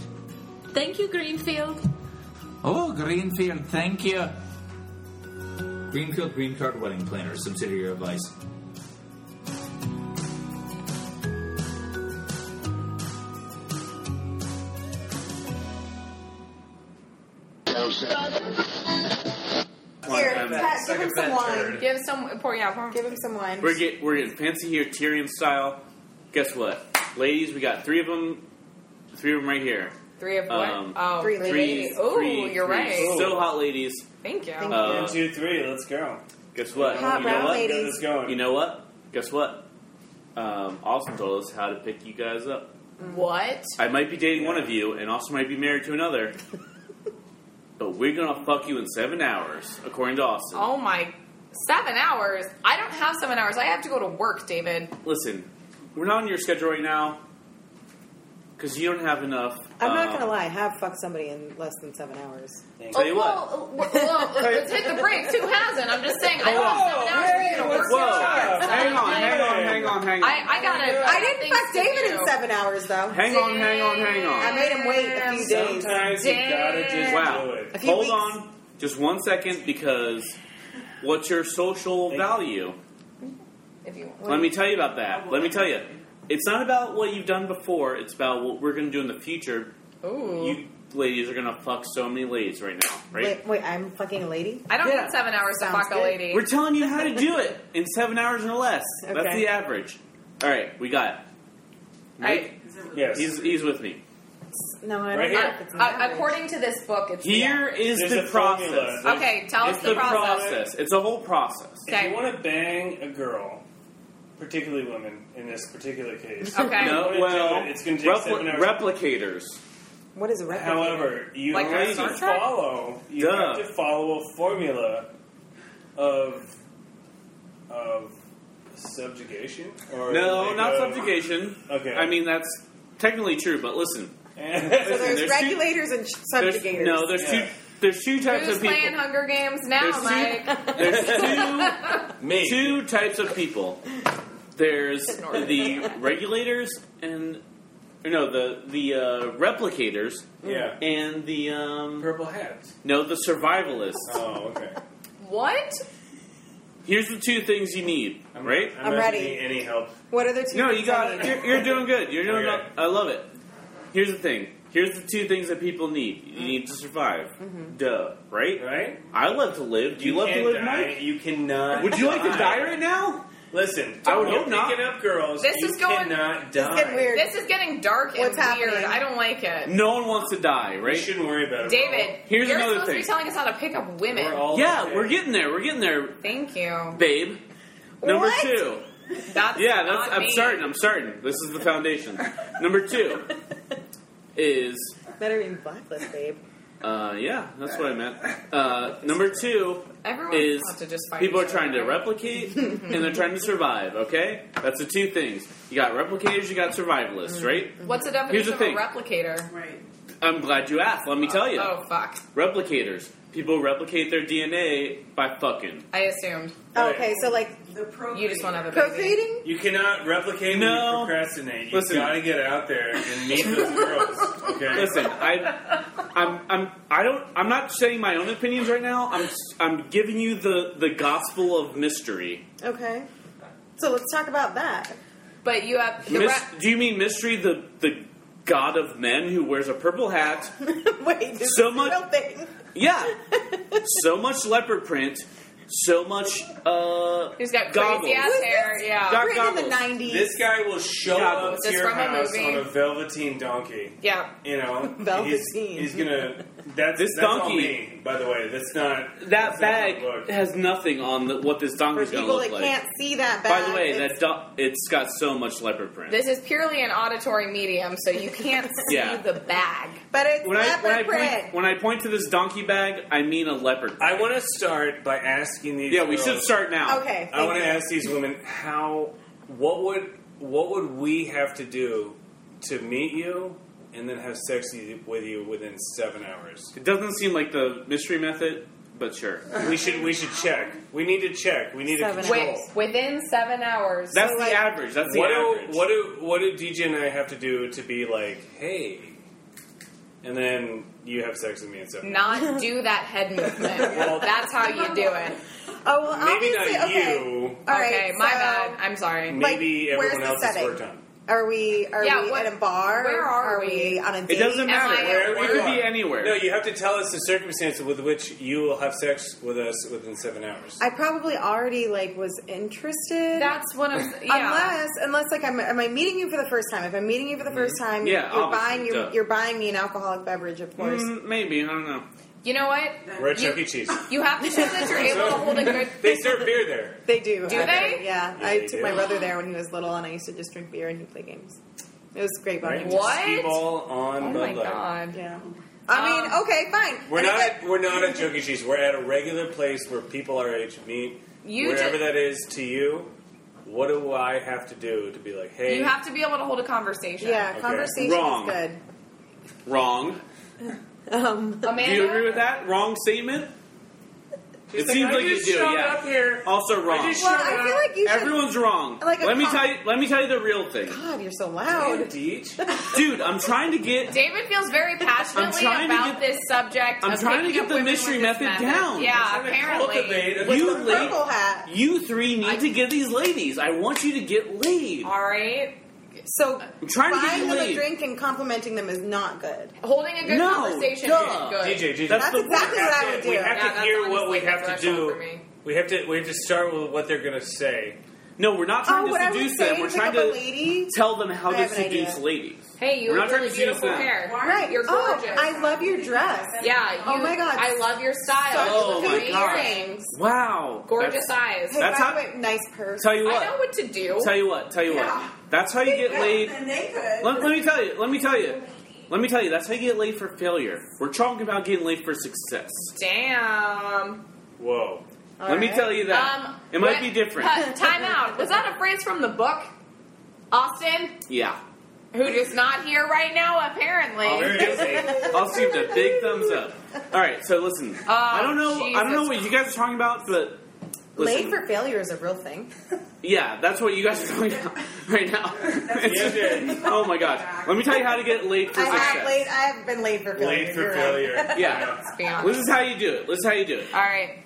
Thank you, Greenfield.
Oh, Greenfield, thank you. Greenfield Green Card Wedding Planner, subsidiary of Vice.
Here,
I'm
um,
Pat,
stuck
give him
up
some
that
wine.
turd.
Give some, pour, yeah, pour.
Give him some wine.
We're, get, we're getting fancy here, Tyrion style. Guess what? Ladies, we got three of them. Three of them right here.
Three of what?
Um,
Oh,
Three
Three,
ladies.
Ooh,
three,
you're
three
right.
So hot, ladies.
Thank you.
Thank
Uh,
One, two, three, let's go.
Guess what?
Hot
Uh, you
brown
know what?
lady.
Get this going.
You know what? Guess what? Um, Austin told us how to pick you guys up.
What?
I might be dating one of you, and Austin might be married to another. but we're gonna fuck you in seven hours, according to Austin.
Oh my. Seven hours? I don't have seven hours. I have to go to work, David.
Listen, we're not on your schedule right now because you don't have enough.
I'm not
um,
gonna lie, I have fucked somebody in less than seven hours.
Tell you what.
uh,
Well, well, well, let's hit the brakes. Who hasn't? I'm just saying. I don't have seven hours.
hey,
to
Oh,
go to
what's
work.
Whoa! Hang on, hang on, hang on, hang on.
I, I got it.
I didn't fuck David in seven hours though.
hang on, hang on, hang
I
on.
made him wait a few days.
Sometimes you gotta just
Wow.
do it.
A few
Hold
weeks.
on just one second because what's your social value?
If you
Let me tell you about that. Let me tell you. It's not about what you've done before, it's about what we're going to do in the future.
Ooh.
You ladies are going to fuck so many ladies right now, right?
Wait, wait, I'm fucking a lady?
I don't
Yeah.
need seven hours to
Sounds
fuck a
good.
lady.
We're telling you how to do it in seven hours or less. That's
Okay.
the average. All right, we got it. Mike,
I,
Yes.
he's, he's with me.
No, I don't
Right
know
here.
if it's an
uh,
average.
according to this book, it's
Here is
There's
the
a formula.
process.
There's-
Okay, tell
It's
us the,
the
process.
process. It's the whole process.
Okay.
If you want to bang a girl, particularly women in this particular case,
Okay.
you
No,
wanna do
well,
it, it's going to take seven
repli-
hours.
replicators.
What is a record?
However, you
Like
have
Star
to
Trek?
follow. You
Duh.
have to follow a formula of of subjugation. Or
No,
like
not
of-
subjugation.
Okay.
I mean, that's technically true, but listen.
so there's,
there's two-
regulators and sh-
There's,
subjugators.
no, there's
Yeah.
two. There's two types
Who's
of people.
playing Hunger Games now,
There's two-
Mike?
There's
Me.
two, two types of people. There's the regulators and no the the uh, replicators
yeah,
and the um,
purple hats.
no the survivalists.
Oh, okay.
What?
Here's the two things you need, right?
I'm,
I'm
not
ready.
Need any help?
What are the two?
No, you
things
got
I
it.
need?
You're, you're doing good. You're doing.
Okay.
I love it. Here's the thing. Here's the two things that people need. You need to survive.
Mm-hmm.
Duh. Right?
Right?
I love to live. Do you, love to
can't
live,
die.
Mike?
You cannot.
Would you like to die right now?
Listen,
I would
when you're
hope not.
Picking up girls.
This
you
is going-
Cannot
It's getting
die.
weird.
This is getting dark
What's
and weird.
happening?
I don't like it.
No one wants to die,
You
right?
shouldn't worry about it.
David,
Here's
you're
another
supposed to be
thing.
telling us how to pick up women.
We're all
Yeah,
okay.
we're getting there. We're getting there,
Thank you.
babe. Number
What?
two.
That's
Yeah,
not
that's, I'm
me.
starting. I'm starting. This is the foundation. Number two is
Better in blacklist, babe.
uh, yeah, that's what I meant. Uh, number two
Everyone's
is
about to just fight
people are
each other.
trying to replicate and they're trying to survive. Okay, that's the two things. You got replicators, you got
Mm-hmm.
survivalists, right?
What's the definition
Here's the
of
thing.
a replicator?
Right.
I'm glad you asked. Let me tell you,
Oh fuck!
replicators. People replicate their DNA by fucking.
I assumed
Oh,
Right.
Okay, so like
The pro.
you just want to have a baby.
procreating.
You cannot replicate
No.
when you procrastinate. You
Listen.
gotta get out there and meet those girls. Okay.
Listen, I, I'm, I'm, I don't, I'm not saying my own opinions right now. I'm, I'm giving you the the gospel of mystery.
Okay, so let's talk about that.
But you have the
Mis-
re-
do you mean mystery? The the god of men who wears a purple hat.
Wait, this
So
is
much-
a real thing.
Yeah. so much leopard print, so much uh,
Who's got
goggles.
crazy ass hair? Yeah.
Got Written in the goggles. 90s.
This guy will show
Goggles.
up to
This
your
from a
house
movie.
on a velveteen donkey.
Yeah.
You know, He's,
Velveteen.
he's gonna. That's
This
that's all
donkey-
me, by the way, that's not
That
that's not how it
bag
looks.
has nothing on the, what this donkey's going to
people
look
that
like.
can't
see that
By the way, that do- it's got so much leopard print.
This is purely an auditory medium, so you can't see
Yeah.
the bag.
But it's
when I, when, I point, when I point to this donkey bag, I mean a leopard.
I want to start by asking these.
Yeah, we
girls-
should start now.
Okay.
I want to ask these women how. What would what would we have to do to meet you and then have sex with you within seven hours?
It doesn't seem like the mystery method, but sure.
We should we should check. We need to check. We need to control.
Wait, within seven hours.
That's
So,
the
like,
average. That's the
what
average.
Do, what do what do DJ and I have to do to be like, hey, and then you have sex with me and stuff?
Not do that head movement. That's how you do it.
Oh, well,
Maybe not
obviously, okay.
you.
All right,
okay, my
so-
bad. I'm sorry.
Maybe
like, where's
everyone
the
else
setting?
is worked on.
Are we are
Yeah,
we
what-
at a bar?
where are
we?
we?
on a date?
It doesn't matter.
Where
It could be anywhere.
No, you have to tell us the circumstances with which you will have sex with us within seven hours.
I probably already like was interested.
That's what I'm. Yeah.
Unless, unless, like, I'm, am I meeting you for the first time? If I'm meeting you for the first time,
Yeah,
you're
obviously,
buying
duh.
you're, you're buying me an alcoholic beverage, of course.
Mm, maybe I don't know.
you know what?
We're at
you,
Chuck E. Cheese.
you have to show that you're able to hold a good.
They serve beer there.
They do.
Do
I-
they?
Yeah,
Yeah,
I
they
took
do.
my brother there when he was little, and I used to just drink beer and he'd play games. It was great fun.
Right?
What?
Skee-ball on
Oh
Bud
my
Light.
god.
Yeah. I mean, okay, fine.
We're
And
not.
again-
At, we're not at Chuck E. Cheese. We're at a regular place where people our age meet.
You
wherever
ju-
that is to you, what do I have to do to be like, hey?
You have to be able to hold a conversation.
Yeah,
Okay.
conversation
Wrong.
is good.
Wrong.
Um,
Do you agree
Amanda.
with that? Wrong statement.
She's
it seems
"I
like you
just
do.
showed
Yeah.
Up here.
Also wrong.
I just
well,
showed
I
up.
feel like you should.
Everyone's wrong.
Like a
let me
cop.
tell you. Let me tell you the real thing,
God, you're so loud.
Deej.
dude. I'm trying to get.
David feels very passionately
trying to
about
get-
this subject.
I'm
of
trying to
picking
get
up
the
women with
mystery
this
method down.
Yeah,
I'm trying to cultivate
apparently.
a-
You
The
late.
purple hat.
You three need to get these ladies. I want you to get laid.
All right.
So
I'm trying to get
buying
you
them a
laid.
drink and complimenting them is not good.
Holding a good
No,
conversation
duh.
is good.
DJ, DJ,
That's
That's
the
exactly
we
what
have
I
to-
would do.
We have
Yeah,
to
that's
hear what
honestly
we
the
have to
threshold for
do.
me.
We have to we have to start with what they're gonna say.
No, we're not
Oh,
trying
what
to
I would
seduce
say
them.
to
We're
pick
trying
up
to
a lady.
tell them how
I
to
have an idea.
seduce ladies.
Hey, you
We're not
have
trying
really
to seduce
beautiful
them.
hair.
Right.
You're gorgeous.
Oh, I love your dress.
yeah. You,
Oh my God.
I love your style.
Such
Oh
you
my
look
God.
amazing.
Wow,
Gorgeous
That's,
eyes.
Hey,
That's
by
how-
the way, nice purse.
tell you
I
what.
know what to do.
Tell you what. Tell you
Yeah.
what. That's how you get laid.
they could.
Let, let me tell you. Let me tell you. Let me tell you. That's how you get laid for failure. We're talking about getting laid for success.
Damn.
Whoa.
let me tell you that
Um,
it might
what-
be different.
Huh, time out. Was that a phrase from the book? Austin,
yeah,
who is not here right now, apparently.
Oh, I'll see the big thumbs up. All right, so listen. I don't know. I don't know
Oh, Jesus
what you guys are talking about, but listen.
Laid for failure is a real thing.
Yeah, that's what you guys are talking about right now. It's- oh my gosh. Let me tell you how to get laid for
I
success.
have laid. I have been laid for failure.
Late for
you're right.
failure.
Yeah.
Let's be honest.
This is how you do it. This is how you do it.
All right.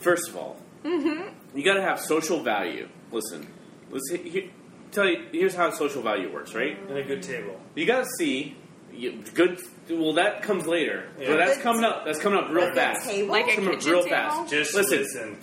First of all,
Mm-hmm.
you got to have social value. Listen, let's he- he- tell you. Here's how social value works, right?
And a good table.
You got to see you, good. Well, that comes later,
Yeah.
but that's
Good-
coming up. That's coming up real
Like a
fast.
table?
Like a
Coming up
kitchen
real
table?
fast.
Just
Listen.
listen.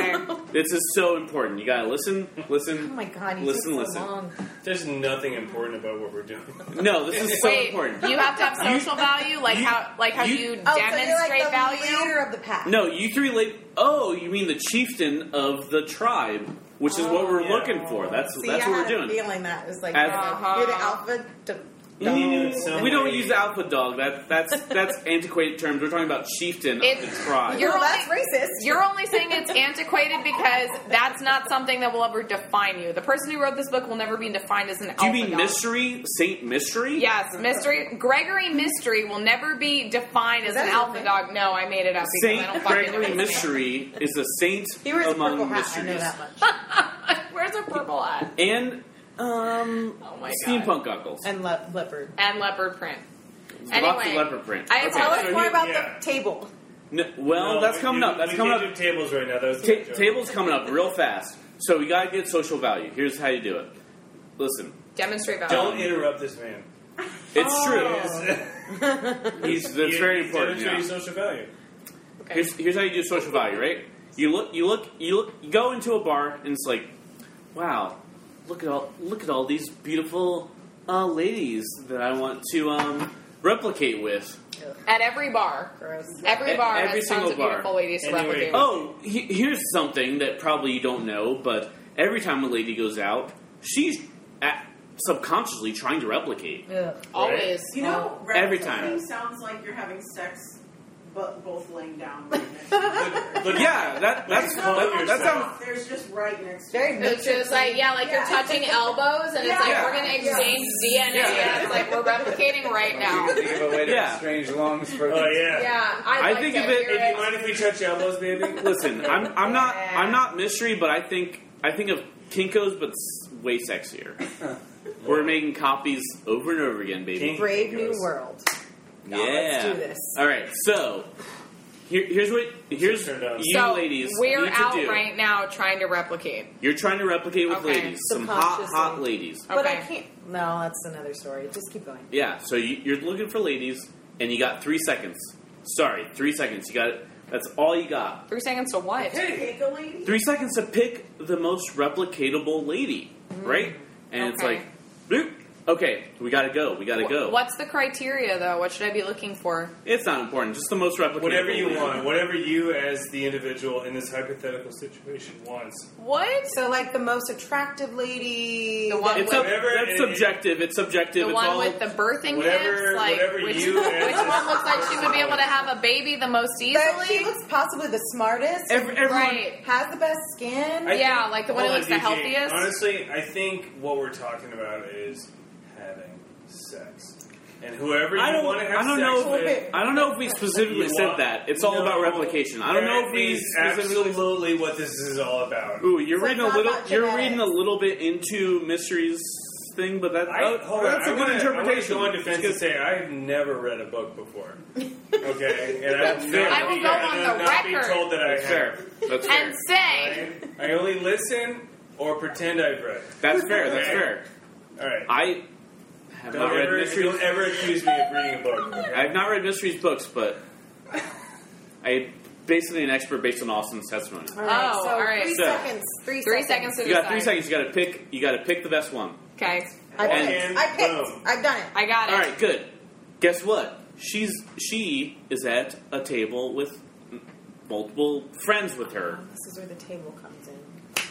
Listen,
Okay.
this is so important. You got to listen,
Oh
listen.
my god, you
Listen,
took Oh, so
listen.
long.
There's nothing important about what we're doing.
No, this is so
Wait,
important.
you have to have social value, like
you-
how like how
you-
you,
Oh,
demonstrate
so you're like the
value.
leader of the pack.
No, you three late. Oh, you mean the chieftain of the tribe, which is what we're
Oh, yeah.
looking for. That's
See,
that's
I
what we're
had a
doing.
Feeling that it was like
As-
you're the alpha. d-
You need to do it some
We don't
way.
use alpha dog. That that's that's antiquated terms. We're talking about chieftain
It's-
of the tribe.
You're
well, that's
only-
racist.
You're only saying it's antiquated because that's not something that will ever define you. The person who wrote this book will never be defined as an.
Do you
alpha
mean
dog.
mystery, Saint Mystery?
Yes, mystery. Gregory Mystery will never be defined as
that
an
his
alpha
name?
dog. No, I made it up because I don't fucking
Saint
know
Gregory
his
Mystery is a saint
he wears a purple
among
hat. I know
mysteries,
that much.
name. Where's a purple eye?
and um,
Oh my god.
steampunk goggles.
And le- leopard.
And leopard print.
Lots of
Anyway,
leopard print.
I
Okay,
Tell us
so
more
here-
about
yeah.
the table.
no, well,
No,
that's
we
coming
do-
up. That's
we
coming up.
can't do tables right now. That was a
Ta
joke.
table's coming up real fast, so you gotta get social value. Here's how you do it. Listen,
Demonstrate value.
Don't interrupt this man.
it's
Oh.
true. He's that's
You-
very
he's
important.
demonstrating
yeah.
social value.
Okay.
Here's, here's how you do social value, right? You look, you look, you look, you go into a bar, and it's like, wow, look at all, look at all these beautiful uh, ladies that I want to um, replicate with.
At every bar. Every
At
bar
every
has
single
tons
bar.
of beautiful ladies to replicate.
Oh, he- here's something that probably you don't know, but every time a lady goes out, she's at, subconsciously trying to replicate.
Always.
You know,
Right. Every
wrestling
time.
sounds like you're having sex, but both laying down.
But yeah, that that's
There's no
that, that
touching.
sounds
There's just right next.
Very It's just like, yeah, like you're touching elbows, and it's like, we're going to exchange DNA. It's like, we're replicating right now.
Give away to
Yeah.
strange lungs for.
Oh, yeah.
Yeah, I'd
I
like
think
to
of it-
hear
if
You mind if we touch elbows, baby?
Listen, I'm I'm not I'm not mystery, but I think I think of Kinkos, but s- way sexier. We're making copies over and over again, baby.
Brave New World.
Yeah.
let's do this.
All right, so here, here's what here's you
so
ladies
we're
need to
out
do.
right now trying to replicate.
You're trying to replicate with
Okay.
ladies, some hot hot
Subconsciously.
ladies.
But I can't. No, that's another story. Just keep going.
Yeah, so you, you're looking for ladies, and you got three seconds. Sorry, three seconds. You got it. That's all you got.
Three seconds to what?
Three seconds to pick the most replicatable lady, right? And it's
Mm. Okay.
like, boop. Okay, we gotta go. We gotta go.
What's the criteria, though? What should I be looking for?
It's not important. Just the most replicatable.
Whatever you
lady.
want, whatever you as the individual in this hypothetical situation wants.
What?
So, like the most attractive lady. The
It's sub- that's subjective. It's subjtive.
The
it's
one
all,
with the birthing
whatever-
gifts, like
whatever
which,
you
which
as a
one looks like she would be able to have a baby the most easily?
she looks possibly the smartest.
Every, everyone-
Right.
Has the best skin.
I
yeah,
think-
like the one who
hold
looks the
DJ.
healthiest.
Honestly, I think what we're talking about is having sex. And whoever you
I don't.
want to have
I don't
sex
know. If,
with.
I don't know if we specifically
You
said
want-
that. It's all
No,
about replication. I don't know
that
if we
is
specifically
absolutely what this is all about.
Ooh, you're reading a
not
little.
about
You're
genetics.
reading a little bit into mysteries thing, but that,
I,
oh,
hold on,
that's a
I
good
wanna,
interpretation.
I want to go on defense and say I've never read a book before. Okay, and
That's
I'm
fair.
Not,
I will
be-
go
I
on
will
the
not
record.
Be told that I
That's
have.
fair. That's
and say,
I only listen or pretend I've read.
That's fair. That's fair.
All right.
I have
don't
not read
ever,
mysteries.
Don't ever accuse me of reading a book.
I've not read mysteries books, but I basically an expert based on Austin's testimony.
All right,
oh,
so
all right.
Three
So-
seconds. Three,
Three
seconds.
seconds to
You got three
decide.
seconds. You got to pick. You got to pick the best one.
Okay.
I
And-
picked. I
boom.
picked. I've done it.
I got it.
All right, good. Guess what? She's she is at a table with m- multiple friends with her.
This is where the table comes in.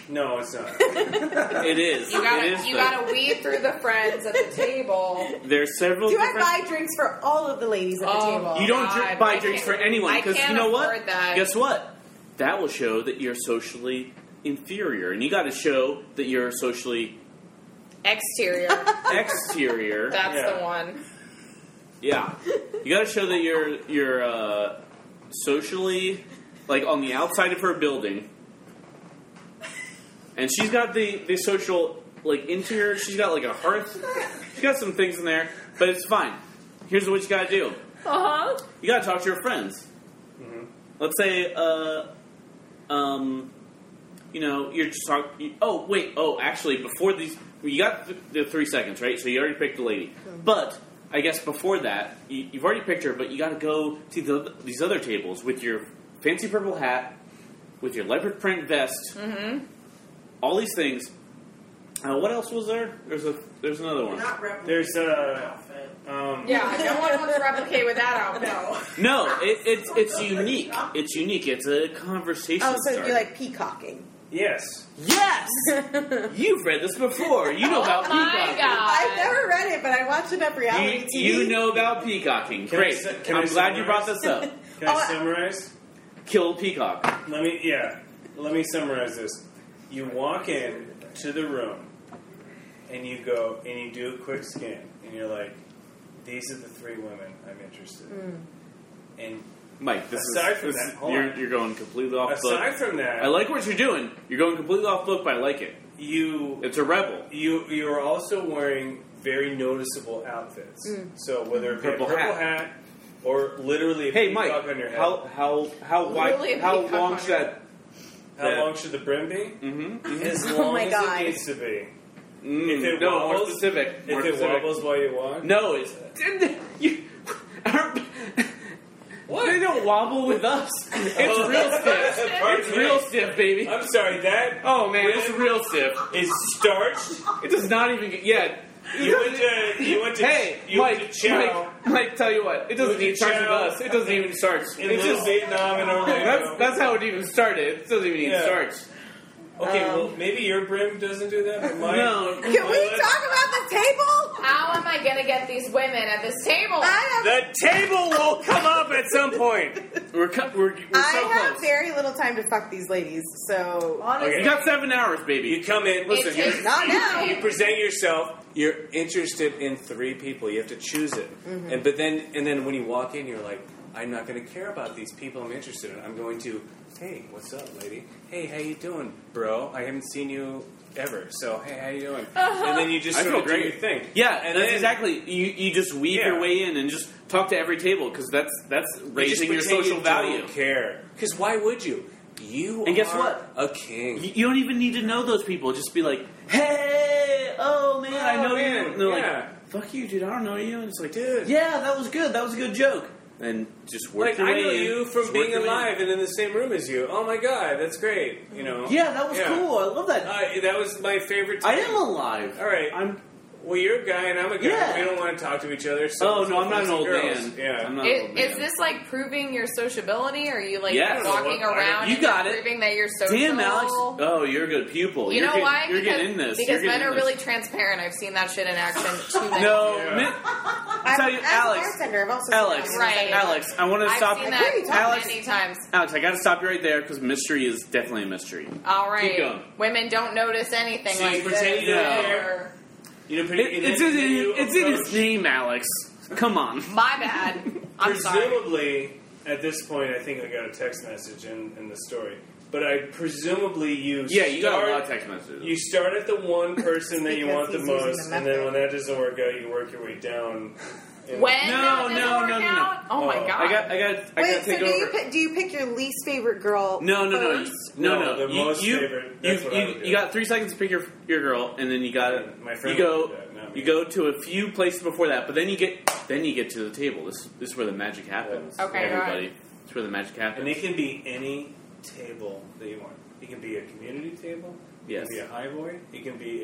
No, it's not.
It is.
You gotta
it is,
you
though.
gotta weed through the friends at the table.
There's several.
Do I
different-
buy drinks for all of the ladies at the
Oh,
table?
you don't
God,
drink, buy
I
drinks for
can't-
anyone
I
because you
can't
know what?
afford that.
Guess what? That will show that you're socially inferior, and you got to show that you're socially
Exterior.
exterior.
That's
yeah.
the one.
Yeah, you got to show that you're you're uh, socially like on the outside of her building, and she's got the the social like interior. She's got like a hearth. She's got some things in there, but it's fine. Here's what you got to do.
Uh huh.
You gotta talk to your friends. Let's say, uh, um, you know, you're just talking. Oh, wait. Oh, actually, before these, you got th- the three seconds, right? So you already picked the lady. But I guess before that, you, you've already picked her, but you gotta go to the, these other tables with your fancy purple hat, with your leopard print vest,
Mm-hmm.
all these things. Uh, what else was there? There's a there's another one.
There's uh, um,
Yeah, no one wants to replicate with that outfit.
No, it, it's it's unique. It's unique. It's a conversation.
Oh, so
starter.
you like peacocking?
Yes.
Yes! You've read this before. You know
Oh
about peacocking.
Uh,
I've never read it, but I watch enough reality
Uh, You,
TV.
you know about peacocking.
Can I
Great.
su- can I
I'm glad you
summarize?
brought this up.
Can
Oh,
I summarize?
Kill peacock.
Let me, yeah, let me summarize this. You walk in to the room, and you go and you do a quick scan, and you're like, "These are the three women I'm interested in." And
Mike, this
Aside
is,
from
this
that,
is-
hold
you're,
on.
you're going completely off book.
aside from that,
I like what you're doing. You're going completely off book, but I like it.
you.
It's a rebel.
You you are also wearing very noticeable outfits.
Mm.
So whether it be
Purple
a purple
hat.
hat. or literally a
Hey,
peacock
Mike,
on your head.
how how how
Literally
wide
a
how
peacock
long
on
should
your
that?
How
that-
long should the brim be?
Mm-hmm.
As
Oh
long
my
as
God.
it needs to be.
Mm,
if it
no, more
wobbles,
specific, more
if it
specific.
wobbles while you walk,
No, it's They don't wobble with us. It's
Oh.
real stiff.
Pardon
it's
me.
real stiff, baby. I'm
sorry, that.
Oh man, it's real stiff.
It's starched.
It does not even get. Yeah.
You went to- you went to-
Hey,
you went
Mike,
to Chow.
Mike, Mike, tell you what, it doesn't
Went to
even start with
Chow.
us. It doesn't even start.
In
it's
Little
just
Vietnam and Orlando.
That's that's how it even started. It doesn't even
Yeah.
start. Um,
Okay, well, maybe your brim doesn't do that, but mine.
No.
Well,
Can
that's-
about the table? How am I going to get these women at this table?
The table will come up at some point.
We're cut. We're, we're
I
so
have
close.
very little time to fuck these ladies, so
You got seven hours, baby.
You come in. Listen,
It
you're,
takes Not now.
You present yourself. You're interested in three people. You have to choose it,
Mhm.
and but then and then when you walk in, you're like, I'm not going to care about these people I'm interested in. I'm going to, hey, what's up, lady? Hey, how you doing, bro? I haven't seen you ever, so hey, how you doing? And then you just
I
sort
feel
of
great.
do your thing.
Yeah,
and
that's
then-
exactly. You you just weave
Yeah.
your way in and just talk to every table because that's that's
You just
raising your
pretend
social
you
value.
Don't care? Because why would you? You
And guess
are
what?
A king.
You, you don't even need to know those people. Just be like, hey, oh man, I know you. And they're
yeah.
like, fuck you, dude. I don't know you. And it's like,
Dude.
yeah, that was good. That was a good joke. And just work.
Like
your
I
way
know
in.
you
Just
from
work
being
your way in.
alive and in the same room as you. Oh my god, that's great. You know.
Yeah, that was cool. I love that.
Uh, that was my favorite.
I
time.
am alive.
All right.
I'm.
Well, you're a guy and I'm a guy.
Yeah.
We don't want to talk to each other. So
Oh,
let's
no,
go
I'm
find
not an
some
old
girls.
man.
Yeah.
I'm not an
Is,
old
is
Oh, man.
this like proving your sociability? Or are you like
Yes.
walking
What-
around?
you
and
got
you're
it.
Proving that you're social.
Damn, Alex. Oh, you're a good pupil.
You
are
know
getting,
why?
You're
because
getting in this.
because
You're
men
getting
are
in this.
really transparent. I've seen that shit in action too many
No,
times.
men- I tell you,
as
Alex.
a bartender, I've also
Alex,
seen
Right.
Alex, I want to
I've
stop.
seen that
Alex,
many times.
Alex, I got to stop you right there because mystery is definitely a mystery.
All right.
Keep going.
Women don't notice anything
So you
like
pretend
this.
you're
or-
there. You know,
It- it's in,
you
it's in
approach-
his name, Alex. Come on.
My bad. I'm sorry.
presumably, at this point, I think I got a text message in, in the story. But I presumably you
Yeah, you got
start,
a lot of text messages.
You start at the one person that you
because
want the
he's using
most,
the
and then when that doesn't work out, you work your way down. in-
When
no,
that doesn't
no,
work
no, no, no.
out? Oh my god.
I got, I got, I got
Wait,
to
so
take
do you,
over.
pick, do you pick your least favorite girl?
No, no, no, you-
first?
no, no.
No, the
you,
most
you,
favorite,
You,
that's what I
you,
would do.
you got three seconds to pick your your girl, and then you got to
My friend
You go,
would do that, not me.
you go to a few places before that, but then you get, then you get to the table. This, this is where the magic happens.
Okay,
everybody. It's where the magic
And
happens.
it can be any table that you want. It can be a community table.
Yes.
It can be a high boy. It can be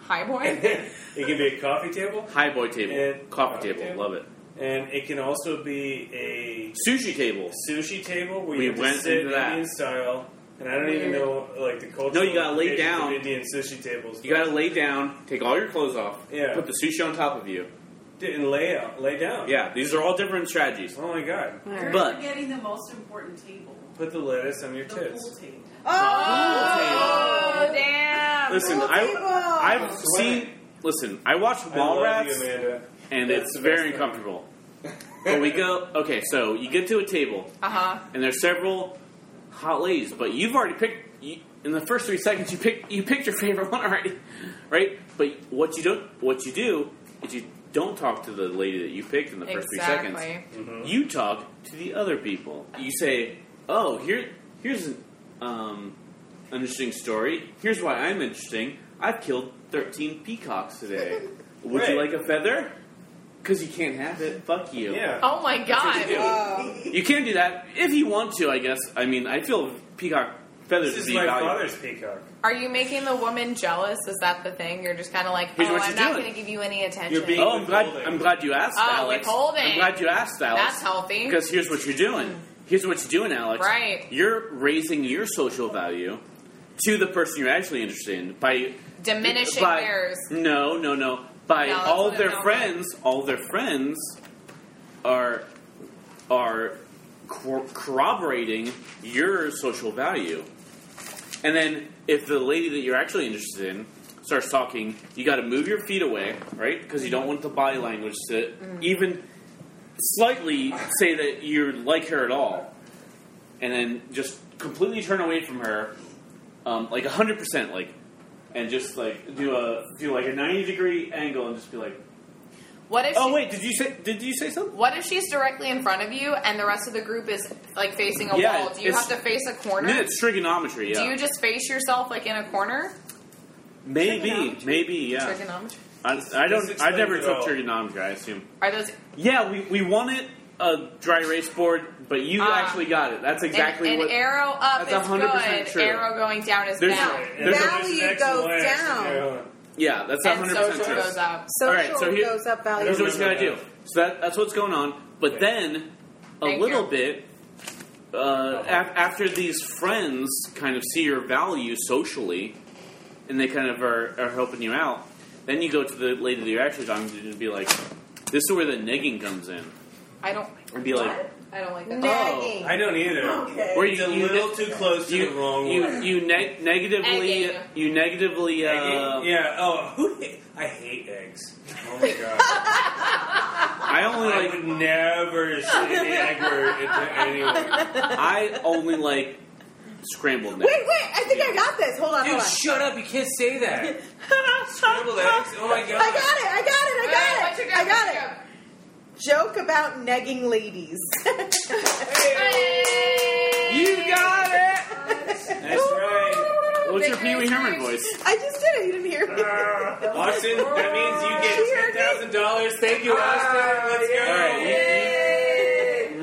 a
Hi, boy.
it can be a coffee table,
High boy table,
And-
coffee
coffee
table,
table.
love it.
and it can also be a
Sushi table.
sushi table where
We
you have
went
to sit
into that.
Indian style. And I don't even
Weird.
know like the culture.
No, you gotta lay down.
Indian sushi tables.
You gotta lay down, take all your clothes off,
Yeah.
put the sushi on top of you.
and lay out, lay down.
Yeah, these are all different strategies.
Oh my god!
You're
But
forgetting the most important table.
Put the lettuce on your
The
tits.
pool table.
Oh, damn.
listen,
Oh.
I I've seen listen, I watched
I love
Mallrats
you, Amanda.
and
That's
it's
the
very
best thing.
uncomfortable. but we go okay, so you get to a table
Uh huh.
and there's several hot ladies, but you've already picked you, in the first three seconds you pick you picked your favorite one already, right? But what you don't what you do is you don't talk to the lady that you picked in the first three seconds.
Exactly.
Mm-hmm. You talk to the other people. You say, "Oh, here, here's an um, an interesting story. Here's why I'm interesting. I've killed 13 peacocks today. Would you like
Right.
a feather? Because you can't have it. Fuck you.
Yeah.
Oh my god.
you do.
Whoa.
You can do that if you want to. I guess. I mean, I feel peacock feathers
This is
would be
my
valuable.
father's peacock.
Are you making the woman jealous? Is that the thing? You're just kind of like,
Here's
oh,
what
I'm
you
not
do.
going to give you any attention.
You're being-
Oh, I'm glad.
Withholding.
I'm glad you asked,
Oh,
Alex.
withholding.
I'm glad you asked, Alex.
That's healthy.
Because here's what you're doing. Here's what you're doing, Alex.
Right.
You're raising your social value to the person you're actually interested in by
Diminishing
by-
theirs.
No, no, no. By
No, that's
all
what
of their
it felt like.
friends, all of their friends are are cor- corroborating your social value. And then if the lady that you're actually interested in starts talking, you got to move your feet away, right? Because you don't want the body language to
Mm.
even slightly say that you like her at all. And then just completely turn away from her, um, like 100%, like, and just like do a do like a 90 degree angle and just be like,
What if?
oh
she-
wait, did you say did you say something?
What if she's directly in front of you and the rest of the group is like facing a
Yeah,
wall? Do you
it's-
have to face a corner?
No, it's trigonometry. Yeah,
Do you just face yourself like in a corner?
maybe, maybe, yeah.
Trigonometry.
I, I
This
don't. I
explains
never
it
took
all.
trigonometry. I assume.
Are those?
Yeah, we, we want it a dry erase board, but you
Ah.
actually got it. That's exactly
an, an
what.
arrow up
That's
is
100%
good.
true.
Arrow going down is
There's-
bad.
there's a-
Value goes down.
yeah, that's one
And
hundred percent
social
true.
goes up.
Social
All right, so here-
goes up. Value
Here's what
goes
you gotta
down.
do. So that, that's what's going on. But then, a
Thank
little
you.
bit, uh, af after these friends kind of see your value socially, and they kind of are, are helping you out, then you go to the lady that you're actually talking to and be like, this is where the negging comes in.
I don't.
And be like,
I don't like that.
Nagging.
I don't either.
Okay.
Where
It's
Oh, you-
a
you-
little too close to
you,
the wrong
you,
word.
You neg- negatively,
Egging.
you negatively, uh,
Egging? Yeah. Oh, who? ha- I hate eggs. Oh my god.
I only
I
like
would never say the egg word into anyone.
I only like scrambled
Wait,
eggs.
wait! I think I got this. Hold on,
Dude,
hold on.
shut up! You can't say that.
Scrambled
eggs? Oh my God.
I got it! I got it! I got it! I got it! Joke about negging ladies.
You got it. That's
right.
What's your Pee Wee Herman voice?
I just did it. You didn't hear me.
Austin, that means you get ten thousand dollars. Thank you, Austin. Let's go.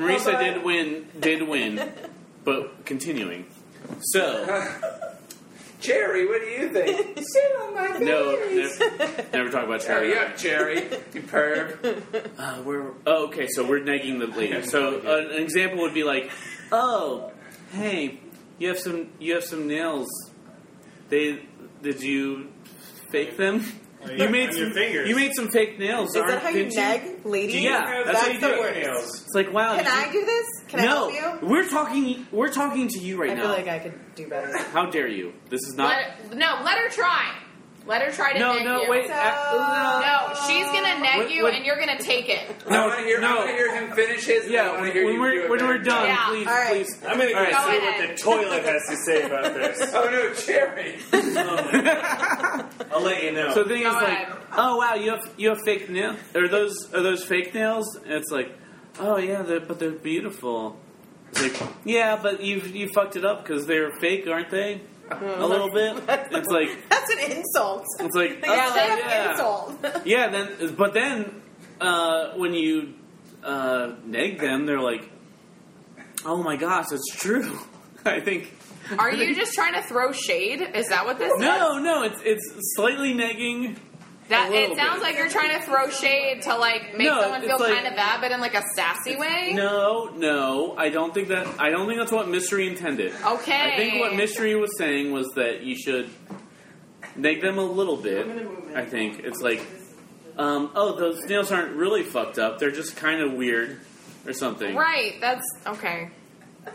All right, Marisa did win. Did win, but continuing. So
Jerry, what do you think?
Sit on my
no, never, never talk about Charlie.
Hurry up, Jerry. You perv.
Uh, we're oh, okay, so we're negging the lady. So an an example would be like, "Oh, hey, you have some you have some nails. They did you fake them?
On
You
your-
made
on
some
your fingers.
You made some fake nails.
Is that
aren't-
how you
didn't
neg ladies?
Yeah,
that's,
how you
the
do it.
worst.
It's like wow.
Can
did
I
you-
do this? Can I
no,
help you?
we're talking. We're talking to you right
I
now.
feel like I could do better.
how dare you? This is not.
Let her, no, let her try. Let her try to
No,
neg
no,
you.
wait, So-
no,
uh,
she's gonna neg
What-
you,
what-
and you're gonna take it.
I want to hear. I want to hear him finish his. Yeah, I want to hear
when
you
we're-
do it
when we're
back.
done,
Yeah.
please,
All right.
please.
I'm gonna
All right.
Go see what ahead.
the toilet has to say about this. oh no, Jerry! I'll let you know.
So the thing is
Go
like,
ahead.
oh wow, you have you have fake nails. Are those are those fake nails? And it's like, oh yeah, they're, but they're beautiful. It's like, yeah, but you you fucked it up because they're fake, aren't they? A little bit. It's like
That's an insult.
it's like,
Like,
oh,
a straight up
yeah,
insult.
yeah. Then but then uh, when you uh, neg them, they're like, oh my gosh, that's true. I think.
Are you just trying to throw shade? Is that what this is?
No, no, it's it's slightly negging.
That
a
it
little
sounds
bit.
like you're trying to throw shade to like make
No,
someone
it's
feel
like-
kind of bad, but in like a sassy way.
No, no, I don't think that. I don't think that's what mystery intended.
Okay.
I think what mystery was saying was that you should neg them a little bit. I think it's like, um, oh, those nails aren't really fucked up. They're just kind of weird or something.
Right. That's okay.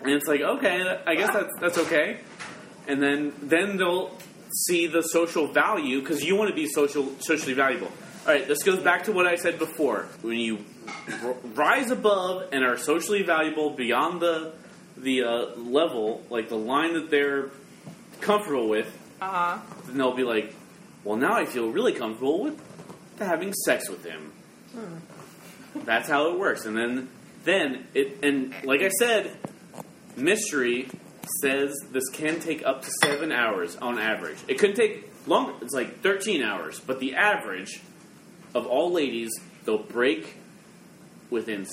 And it's like, okay, I guess that's that's okay. And then then they'll see the social value because you want to be social socially valuable. All right, this goes back to what I said before. When you r- rise above and are socially valuable beyond the the uh, level, like the line that they're comfortable with,
Uh huh.
then they'll be like, "Well, now I feel really comfortable with having sex with him."
Hmm.
That's how it works. And then, then it, and like I said, mystery says this can take up to seven hours on average. It could take longer. It's like thirteen hours, but the average of all ladies, they'll break within s-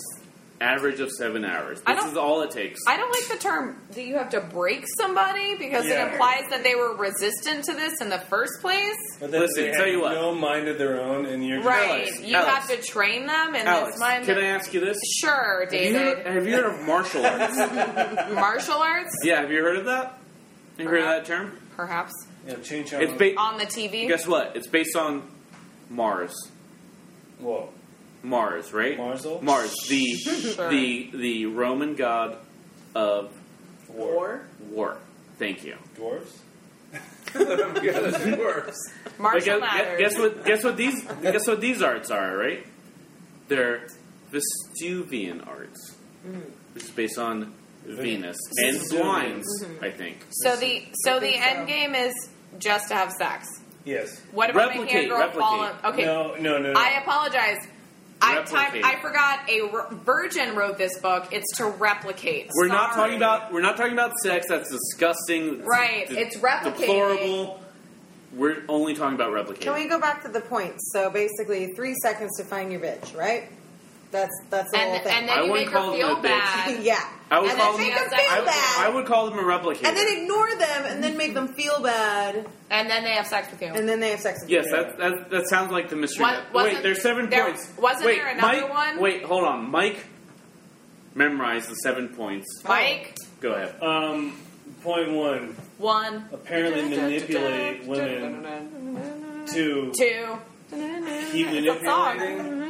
average of seven hours.
I
This
don't-
is all it takes.
I don't like the term that you have to break somebody because
Yeah.
it implies that they were resistant to this in the first place.
But then
Listen,
they
tell
have
you what.
No mind of their own, and you're
Right.
Alex,
you
Alex.
have to train them in
Alex,
this mind.
can I ask you this?
Sure,
Have you, heard,
David.
have you heard of martial arts?
Martial arts,
yeah, have you heard of that? Have you heard of that term?
perhaps,
Yeah, change
It's ba-
on the TV.
guess what? It's based on Mars.
Whoa.
Mars, right?
Marzal?
Mars, the
Sure.
the the Roman god of
War.
war. Thank you.
Dwarves? yeah, those dwarves.
But
Martial
guess,
matters.
guess what? Guess what these? guess what these arts are? Right? They're Vestuvian arts. This is based on Venus and
Vesuvian.
swines, I think.
So the so the end game is just to have sex.
Yes.
What about making a
Replicate,
girl fall? In, okay,
replicate.
No, no, no, no.
I apologize. I typed,
Replicate.
I forgot a re- virgin wrote this book. It's to replicate.
We're not
Sorry.
talking about we're not talking about sex. That's disgusting.
right.
de-
it's replicating.
deplorable. We're only talking about replicating.
Can we go back to the point? So basically, three seconds to find your bitch, right?
That's that's the
And-
whole thing.
and then uh, I you wouldn't make her call them feel a bitch. bad.
yeah,
I would
and
call
then make
them,
them feel
I, would-
bad,
I would call them a replicator.
and then ignore them, and then make them feel bad,
and then they have sex with you,
and then they have sex with
Yes,
you.
that, that that sounds like the mystery.
Wa-
map.
wasn't
wait, there's seven
there-
points.
wasn't
wait,
there another
Mike,
one?
Wait, hold on. Mike memorized the seven points.
Mike.
Go ahead.
Um, point one.
One.
Apparently manipulate women to
Two.
keep manipulating.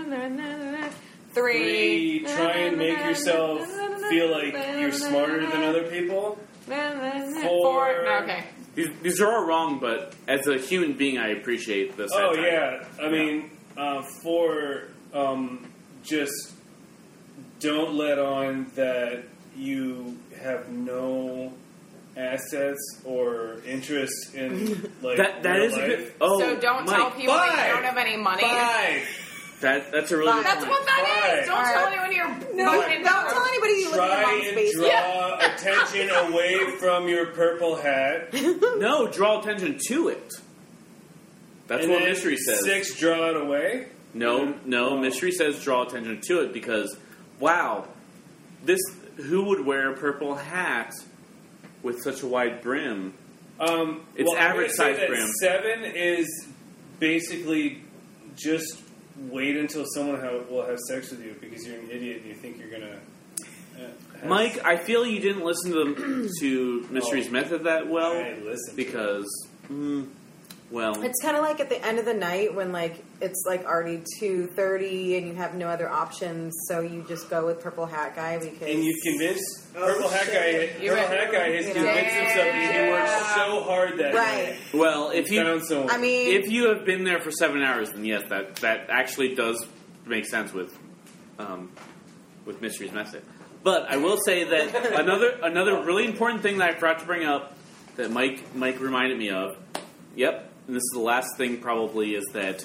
Three.
Three. Try and make yourself feel like you're smarter than other people.
Four. No, okay.
These, these are all wrong, but as a human being, I appreciate this.
Oh yeah, I mean, uh, for um, just don't let on that you have no assets or interest in like
That- that
real
is a
life.
good- oh,
so don't tell
Mike.
people that you
Five.
don't have any money.
That that's a really good
That's
point.
what that is.
Five.
Don't tell
Alright.
anyone you're
No,
fucking
don't tell anybody you live in your
Try
mom's
and
basement.
draw attention away from your purple hat.
No, draw attention to it. That's
And
what
then
mystery says.
Six, draw it away.
No, no, mystery says draw attention to it because wow, this who would wear a purple hat with such a wide brim?
Um,
It's
well, I'm
average
gonna say
size
that
brim.
Seven is basically just wait until someone ha will have sex with you because you're an idiot and you think you're gonna. uh, have
Mike, I feel you didn't listen to to mystery's
Oh,
method that well
I listened to
because mm, well,
It's kind of like at the end of the night when like it's like already two thirty and you have no other options, so you just go with purple hat guy because
And you've convinced Purple Hat Guy.
Oh, You're
Purple
right.
Hat Guy has
You know.
convinced himself that he worked so hard that
Right.
night.
well, if you
Found someone.
I mean-
if you have been there for seven hours, then yes, that that actually does make sense with um, with mystery's method. But I will say that another another really important thing that I forgot to bring up that Mike Mike reminded me of. Yep, and this is the last thing probably is that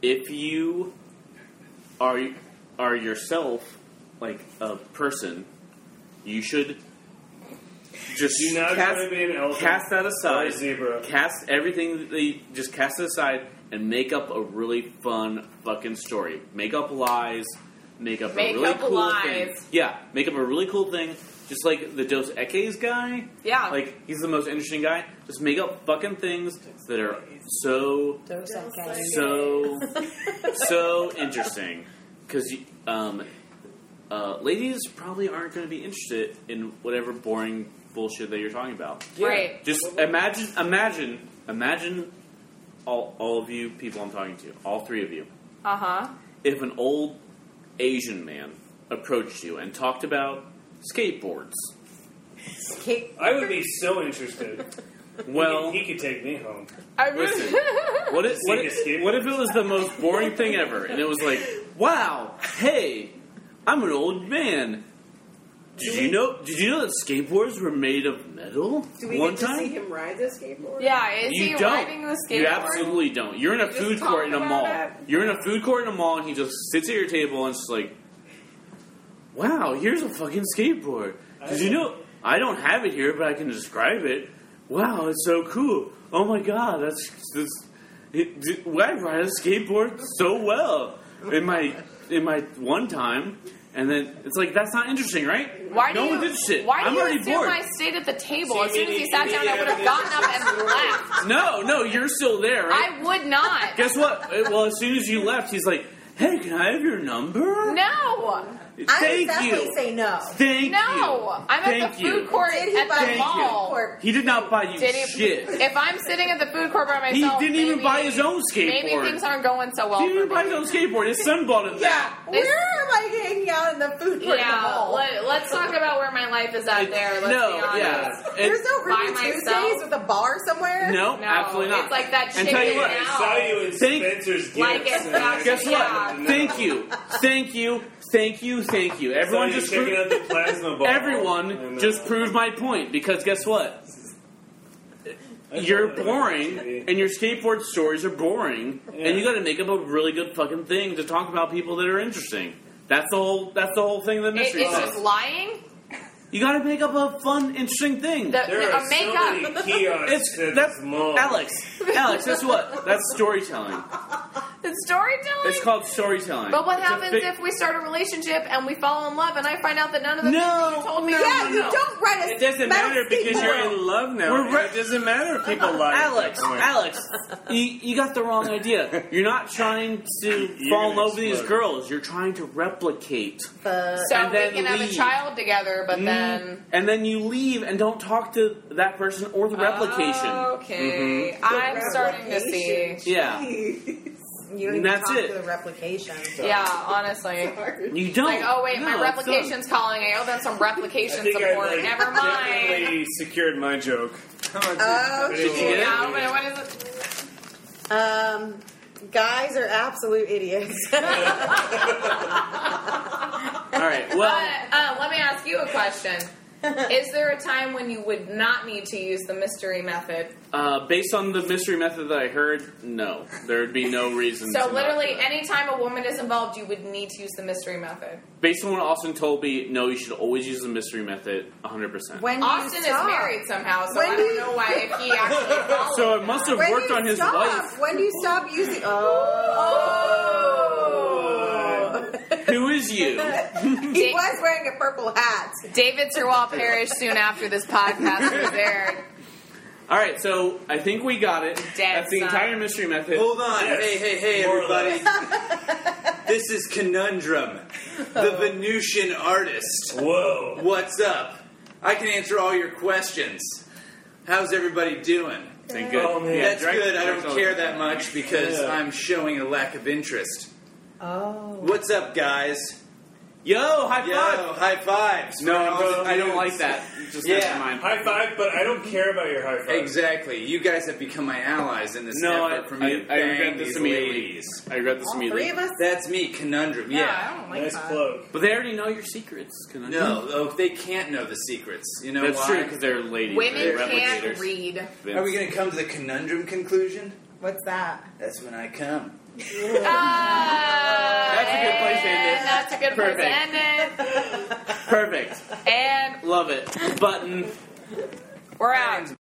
if you are are yourself like a person, you should just
Do not
cast,
want to be an elephant
cast that aside.
or a zebra.
Cast everything that they just cast it aside and make up a really fun fucking story. Make up lies. Make up
Make
a really
up
cool thing.
lies.
Yeah, make up a really cool thing. Just like the Dos Equis guy.
Yeah.
Like he's the most interesting guy. Just make up fucking things that are so so so interesting because um, uh, ladies probably aren't going to be interested in whatever boring bullshit that you're talking about.
Right.
Just imagine, imagine, imagine all, all of you people I'm talking to, all three of you.
Uh huh.
If an old Asian man approached you and talked about skateboards,
I would be so interested.
well,
he could take me home.
I
Listen, what if, what, if, what if it was the most boring thing ever and it was like wow hey i'm an old man did you know did you know that skateboards were made of metal
Do we
one
get to
time
see him ride the skateboard?
Yeah, is
you
he
don't
riding the skateboard?
you absolutely don't you're in a
just
food court in a
talk
mall
about it?
you're in a food court in a mall and he just sits at your table and it's just like wow here's a fucking skateboard did you know i don't have it here but i can describe it wow it's so cool oh my god that's that's it, d- I ride a skateboard so well in my in my one time, and then it's like that's not interesting, right?
Why do
no
you,
one's interested.
Why do
I'm
you
already
assume
bored.
I stayed at the table? as
See,
soon as
we
he
need-
sat
we
down,
need
I would have gotten up and left.
No, no, you're still there, right?
I would not.
Guess what? Uh, Well, as soon as you left, he's like, "Hey, can I have your number?"
No.
Thank you.
say no.
Thank you.
no. I'm at
Thank
the food
you.
court
Did he
at
buy
the
you
mall.
He did not buy you
Did he,
shit.
If I'm sitting at the food court by
He
myself,
didn't even
maybe-
buy his own
Maybe
skateboard.
things aren't going so well.
he didn't even buy his own skateboard. His son bought him
Yeah,
that.
where am I hanging out in the food court? in the
Yeah,
mall?
let, let's talk about where my life is at there. Let's
no,
be honest.
yeah.
There's
And-
no Ruby
by
Tuesdays
myself.
with a bar somewhere.
No, absolutely not.
It's like that
And tell you
chicken
what,
now.
I saw you in Spencer's gifts.
Like it's not-
Guess what?
Yeah.
Thank you, thank you, thank you, thank you. Everyone just
checking
proved,
out the plasma ball. uh,
everyone just proved my point because guess what? You're boring, and your skateboard stories are boring, and you got to make up a really good fucking thing to talk about people that are interesting. That's the whole. That's the whole thing. The
It-
mystery
it's
says.
just lying.
You got to make up a fun, interesting thing.
The, the, a makeup.
kiosks
it's that's Alex. Alex, guess what? That's storytelling.
It's storytelling.
It's called storytelling.
But what
It's a
happens
fi-
if we start a relationship and we fall in love and I find out that none of the
No,
things you told me?
no,
yeah,
no,
you
no.
don't write a
It doesn't matter because you're in love now.
We're
and
re-
it doesn't matter if people lie.
Alex, Alex, you, you got the wrong idea. You're not trying to fall in
gonna
love with these
explode.
girls. You're trying to replicate.
Uh,
so
and then
we can have a
leave.
child together, but
Mm,
then
and then you leave and don't talk to that person or the replication.
Oh, Okay,
Mhm.
I'm starting to see.
Yeah.
You don't even
That's
talk
it.
to the replication.
Yeah, honestly.
You don't.
Like, oh wait,
No,
my
it
replication's calling. I owe them some replication
I think I,
support.
like,
Never mind.
definitely secured my joke.
Oh,
Did you
shit.
get it?
Yeah, but what is it?
Um, guys are absolute idiots.
All right. Well,
But, uh, let me ask you a question. Is there a time when you would not need to use the mystery method?
uh, based on the mystery method that I heard, no, there would be no reason. to
So
not
literally,
do it.
any time a woman is involved, you would need to use the mystery method.
based on what Austin told me, no, you should always use the mystery method, 100. percent
When do you
Austin is
stop?
married somehow, so
When
I
do
don't
you-
know why if he actually. followed
So it must have
When do
worked
you
on his
stop?
wife.
When do you stop using? Oh,
Who is you?
he was wearing a purple hat.
David Sirwell perished soon after this podcast was aired.
All right, so I think we got it.
Dead
That's the
son.
entire mystery method.
Hold on. Hey, hey, hey,
More or
everybody. this is Conundrum, the Venusian artist.
Whoa.
What's up? I can answer all your questions. How's everybody doing?
Thank good.
Oh, man.
Yeah,
That's
Drake-
good. I
Drake's all
don't care
good.
that much because
Yeah.
I'm showing a lack of interest.
Oh,
What's up, guys?
Yo, high
Yo,
five.
high fives.
No,
for
I'm
all
just,
the
I don't
dudes.
like that. Just
Yeah.
never mind.
High five, but I don't care about your high five.
Exactly. You guys have become my allies in this
No, I,
effort for me
I,
to
I
bang
regret this
these
immediately.
ladies.
I regret this
all three
immediately.
of us.
That's me, Conundrum. Yeah.
I don't like
Nice
that.
cloak.
But they already know your secrets. Can I-
No, oh, they can't know the secrets. You know
that's
why?
true because they're ladies.
Women
they're
can't
replicators.
read.
Are we going to come to the conundrum conclusion?
What's that?
That's when I come.
that's
a good place to end this.
Uh, That's a good place to end it.
Perfect. Perfect.
And
Mm. Love it. Button.
we're out.